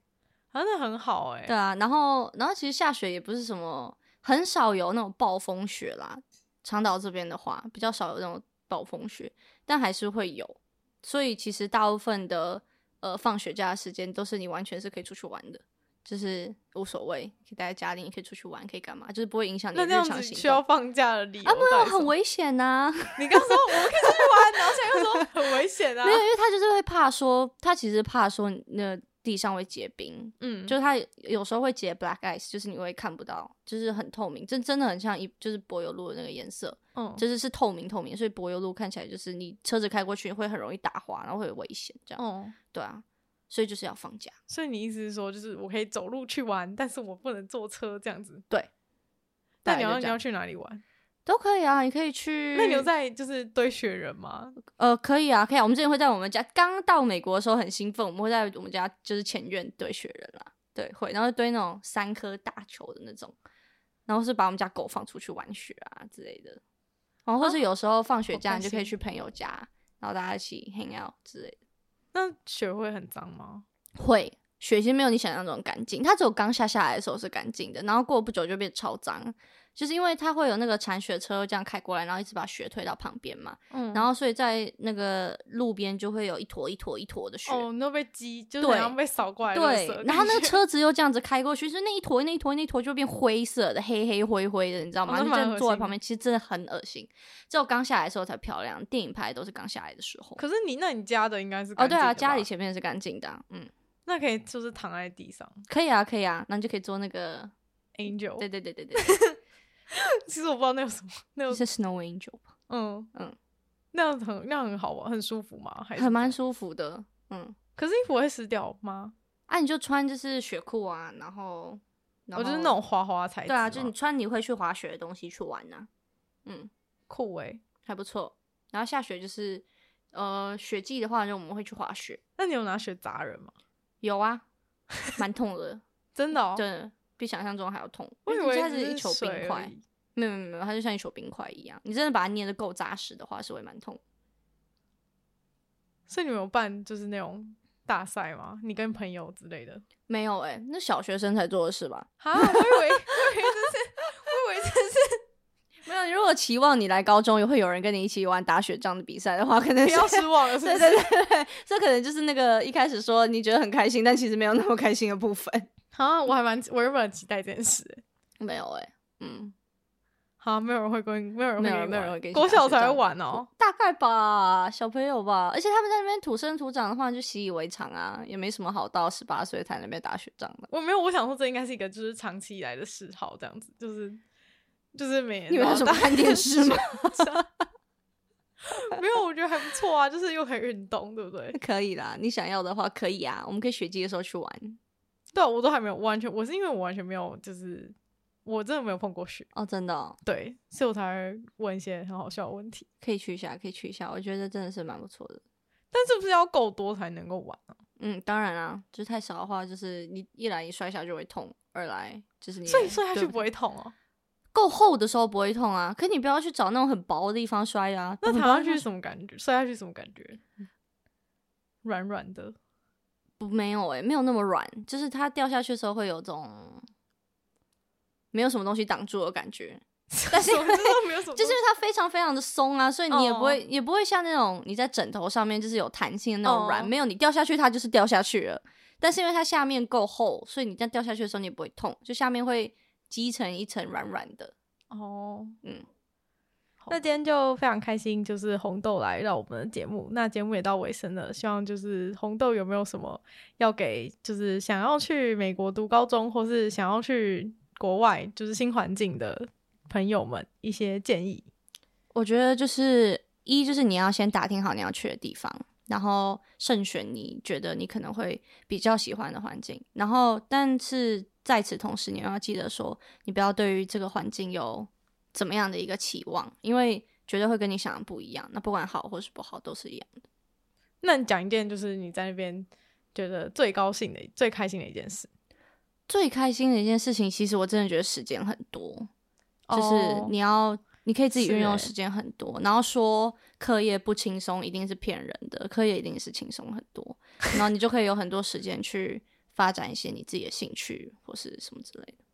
A: 啊，那很好哎、
B: 对啊，然后然后其实下雪也不是什么，很少有那种暴风雪啦。长岛这边的话，比较少有那种暴风雪，但还是会有。所以其实大部分的呃放雪假的时间，都是你完全是可以出去玩的，就是无所谓，可以待在家里，你可以出去玩，可以干嘛，就是不会影响你
A: 那
B: 的
A: 这
B: 日
A: 样
B: 常
A: 子
B: 行
A: 需要
B: 动。
A: 放假的理由
B: 啊，不
A: 到
B: 用，
A: 底是
B: 很危险啊呐、
A: 你刚说我们可以出去玩，然后现在又说很危险啊
B: (laughs) 没。有，因为他就是会怕说，他其实怕说那地上会结冰，
A: 嗯，
B: 就是它有时候会结 black ice，就是你会看不到，就是很透明，真真的很像一就是柏油路的那个颜色，
A: 嗯，
B: 就是是透明透明，所以柏油路看起来就是你车子开过去会很容易打滑，然后会有危险这样。
A: 哦，
B: 对啊，所以就是要放假。
A: 所以你意思是说，就是我可以走路去玩，但是我不能坐车这样子。
B: 对。
A: 那你要
B: 大概就
A: 你
B: 这样
A: 要去哪里玩？
B: 都可以啊，你可以去。
A: 那你有在就是堆雪人吗？
B: 呃，可以啊，可以啊。我们之前会在我们家刚到美国的时候很兴奋，我们会在我们家就是前院堆雪人啦，对，会，然后堆那种三颗大球的那种，然后是把我们家狗放出去玩雪啊之类的，然后或是有时候放雪
A: 好
B: 假
A: 开
B: 你就可以
A: 心
B: 去朋友家，然后大家一起 hang out 之类的。
A: 那雪会很脏吗？
B: 会，雪其实没有你想象中干净，它只有刚下下来的时候是干净的，然后过不久就变超脏。就是因为它会有那个铲雪车这样开过来，然后一直把雪推到旁边嘛，
A: 嗯
B: 然后所以在那个路边就会有一坨一坨一坨的雪。
A: 哦，你都被击，就是
B: 对
A: 好像被扫过来的垃圾
B: 对
A: 的感，觉。
B: 然后那个车子又这样子开过去，所以那一坨那一坨那一坨就变灰色的，黑黑灰灰的，你知道吗？
A: 哦那
B: 你
A: 蛮
B: 真
A: 恶
B: 的坐在
A: 心
B: 旁边，其实真的很恶心。只有刚下来的时候才漂亮，电影拍都是刚下来的时候。
A: (laughs) 可是你那你家的应该是
B: 哦，对
A: 干净
B: 啊，
A: 的
B: 家
A: 吧
B: 里前面是干净的啊、嗯，
A: 那可以就是躺在地
B: (laughs)
A: 上
B: 可以啊，可以啊，那你就可以做那个，
A: ，angel。
B: 对对对对
A: (laughs)
B: 对，
A: 其实我不知道那有什么，那有
B: 就是 Snow Angel，吧
A: 嗯嗯
B: (laughs) 嗯，
A: 那很那很好玩，很舒服吗？还是
B: 还蛮舒服的，嗯，
A: 可是衣服会湿掉吗？
B: 啊，你就穿就是雪裤啊，然后，然
A: 我就是
B: 后
A: 那种花花材质
B: 对
A: 吗，
B: 啊，就是你穿你会去滑雪的东西去玩呐、嗯，
A: 酷欸诶。
B: 还不错。然后下雪就是，呃，雪季的话，就我们会去滑雪，
A: 那你有拿雪砸人吗？
B: 有啊，蛮痛的，
A: 真的哦，
B: 真的比想象中还要痛。
A: 我以
B: 因为
A: 为
B: 它
A: 只
B: 是一球
A: 水
B: 冰
A: 而
B: 块，
A: 已
B: 没有没有没有，它就像一球冰块一样。你真的把它捏的够扎实的话，是会蛮痛。
A: 所以你们有办就是那种大赛吗？你跟朋友之类
B: (laughs)
A: 的？
B: 没有哎、那小学生才做的事吧？
A: 啊，我以为， (laughs) 我以为这是，我以为这是
B: 没有，如果期望你来高中也会有人跟你一起玩打雪仗的比赛的话，可能
A: 不
B: 是
A: 要失望了，是不
B: (laughs) 对
A: 是？
B: 对对对，这可能就是那个一开始说你觉得很开心，但其实没有那么开心的部分。
A: 啊，我还蛮，我原本很期待这件事欸。
B: 没有哎、嗯，
A: 好，没有人会跟，没有人会
B: 没有
A: 跟
B: 人
A: 你
B: 没有
A: 玩
B: 人会跟你
A: 国
B: 打
A: 小
B: 雪
A: 才会
B: 仗
A: 玩哦。
B: 大概吧，小朋友吧，而且他们在那边土生土长的话，就习以为常啊，也没什么好到十八岁才那边打雪仗的。
A: 我没有，我想说这应该是一个就是长期以来的嗜好，这样子就是就是每年
B: 你们
A: 都要
B: 有什么
A: 打
B: 看电视吗？
A: (laughs) 没有，我觉得还不错啊，就是又可以运动，对不对？
B: 可以啦，你想要的话可以啊，我们可以雪季的时候去玩
A: 对啊，我都还没有我完全，我是因为我完全没有，就是我真的没有碰过雪，
B: 哦，真的、哦、
A: 对，所以我才会问一些很好笑的问题。
B: 可以去一下，可以去一下，我觉得真的是蛮不错的。
A: 但是不是要够多才能够玩啊？
B: 嗯，当然啦，就是太少的话，就是你一来你摔下就会痛，二来就是你
A: 所以摔下
B: 对
A: 去
B: 不
A: 不会痛哦、
B: 够厚的时候不会痛啊，可你不要去找那种很薄的地方摔啊。
A: 那
B: 很
A: 躺
B: 薄
A: 上
B: 的
A: 去
B: 地
A: 是
B: 方
A: 什么感觉？摔下去是什么感觉？软软 (laughs) 的，
B: 不没有欸诶、没有那么软，就是它掉下去的时候会有种没有什么东西挡住的感觉，但是
A: 我真的没有什么东西，
B: 就是因为它非常非常的松啊，所以你也不会、也不会像那种你在枕头上面就是有弹性的那种软
A: 哦
B: 没有你掉下去它就是掉下去了。但是因为它下面够厚，所以你这样掉下去的时候你也不会痛，就下面会积成一层软软的。
A: 哦，
B: 嗯，
A: 那今天就非常开心，就是红豆来到我们的节目，那节目也到尾声了，希望就是红豆有没有什么要给，就是想要去美国读高中，或是想要去国外就是新环境的朋友们一些建议。
B: 我觉得就是一就是你要先打听好你要去的地方，然后慎选你觉得你可能会比较喜欢的环境，然后但是在此同时，你又要记得说，你不要对于这个环境有怎么样的一个期望，因为绝对会跟你想的不一样。那不管好或是不好，都是一样的。
A: 那你讲一件就是你在那边觉得最高兴的、最开心的一件事，
B: 最开心的一件事情，其实我真的觉得时间很多，就是
A: 哦
B: 你要，你可以自己
A: 是
B: 运
A: 欸
B: 用时间很多。然后说课业不轻松，一定是骗人的，课业一定是轻松很多。然后你就可以有很多时间去发展一些你自己的兴趣或是什么之类的。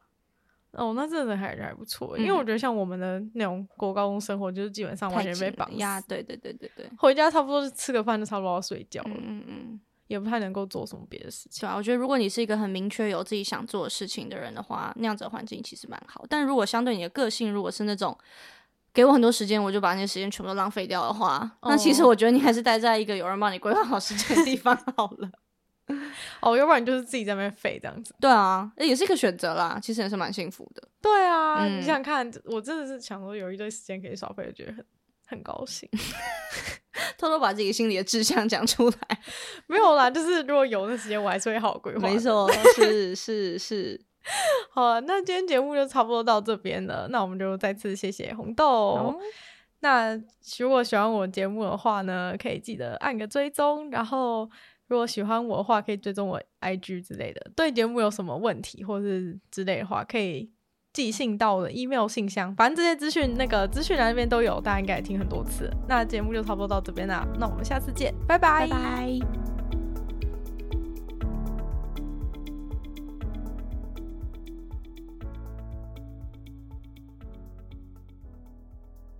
A: 哦，那真的还还不错，因为
B: 嗯
A: 我觉得像我们的那种国高中生活，就是基本上完
B: 太
A: 全
B: 紧
A: 被
B: 了
A: 绑
B: 呀，
A: 死，
B: 对对对对对，
A: 回家差不多就吃个饭就差不多要睡觉了，
B: 嗯嗯嗯，
A: 也不太能够做什么别的事情。
B: 对啊，我觉得如果你是一个很明确有自己想做的事情的人的话，那样子的环境其实蛮好。但如果相对你的个性，如果是那种给我很多时间，我就把那些时间全部都浪费掉的话，那其实
A: 哦
B: 我觉得你还是待在一个有人帮你规划好时间的地方 (laughs) 好了。
A: 哦，要不然就是自己在那边废这样子。
B: 对啊，诶也是一个选择啦，其实也是蛮幸福的。
A: 对啊，你
B: 嗯
A: 想想看，我真的是想说有一堆时间可以耍废，我觉得很很高兴。 (laughs)
B: 偷偷把自己心里的志向讲出来，
A: 没有啦，就是如果有那时间，我还是会好好规划。
B: 没， (laughs) 错，是是是。
A: 好了，那今天节目就差不多到这边了，那我们就再次谢谢红豆。
B: 好
A: 那如果喜欢我节目的话呢，可以记得按个追踪，然后如果喜欢我的话，可以追踪我 IG 之类的。对节目有什么问题或是之类的话，可以寄信到我的 email 信箱，反正这些资讯那个资讯栏那边都有，大家应该也听很多次了。那节目就差不多到这边啦，那我们下次见，拜
B: 拜拜。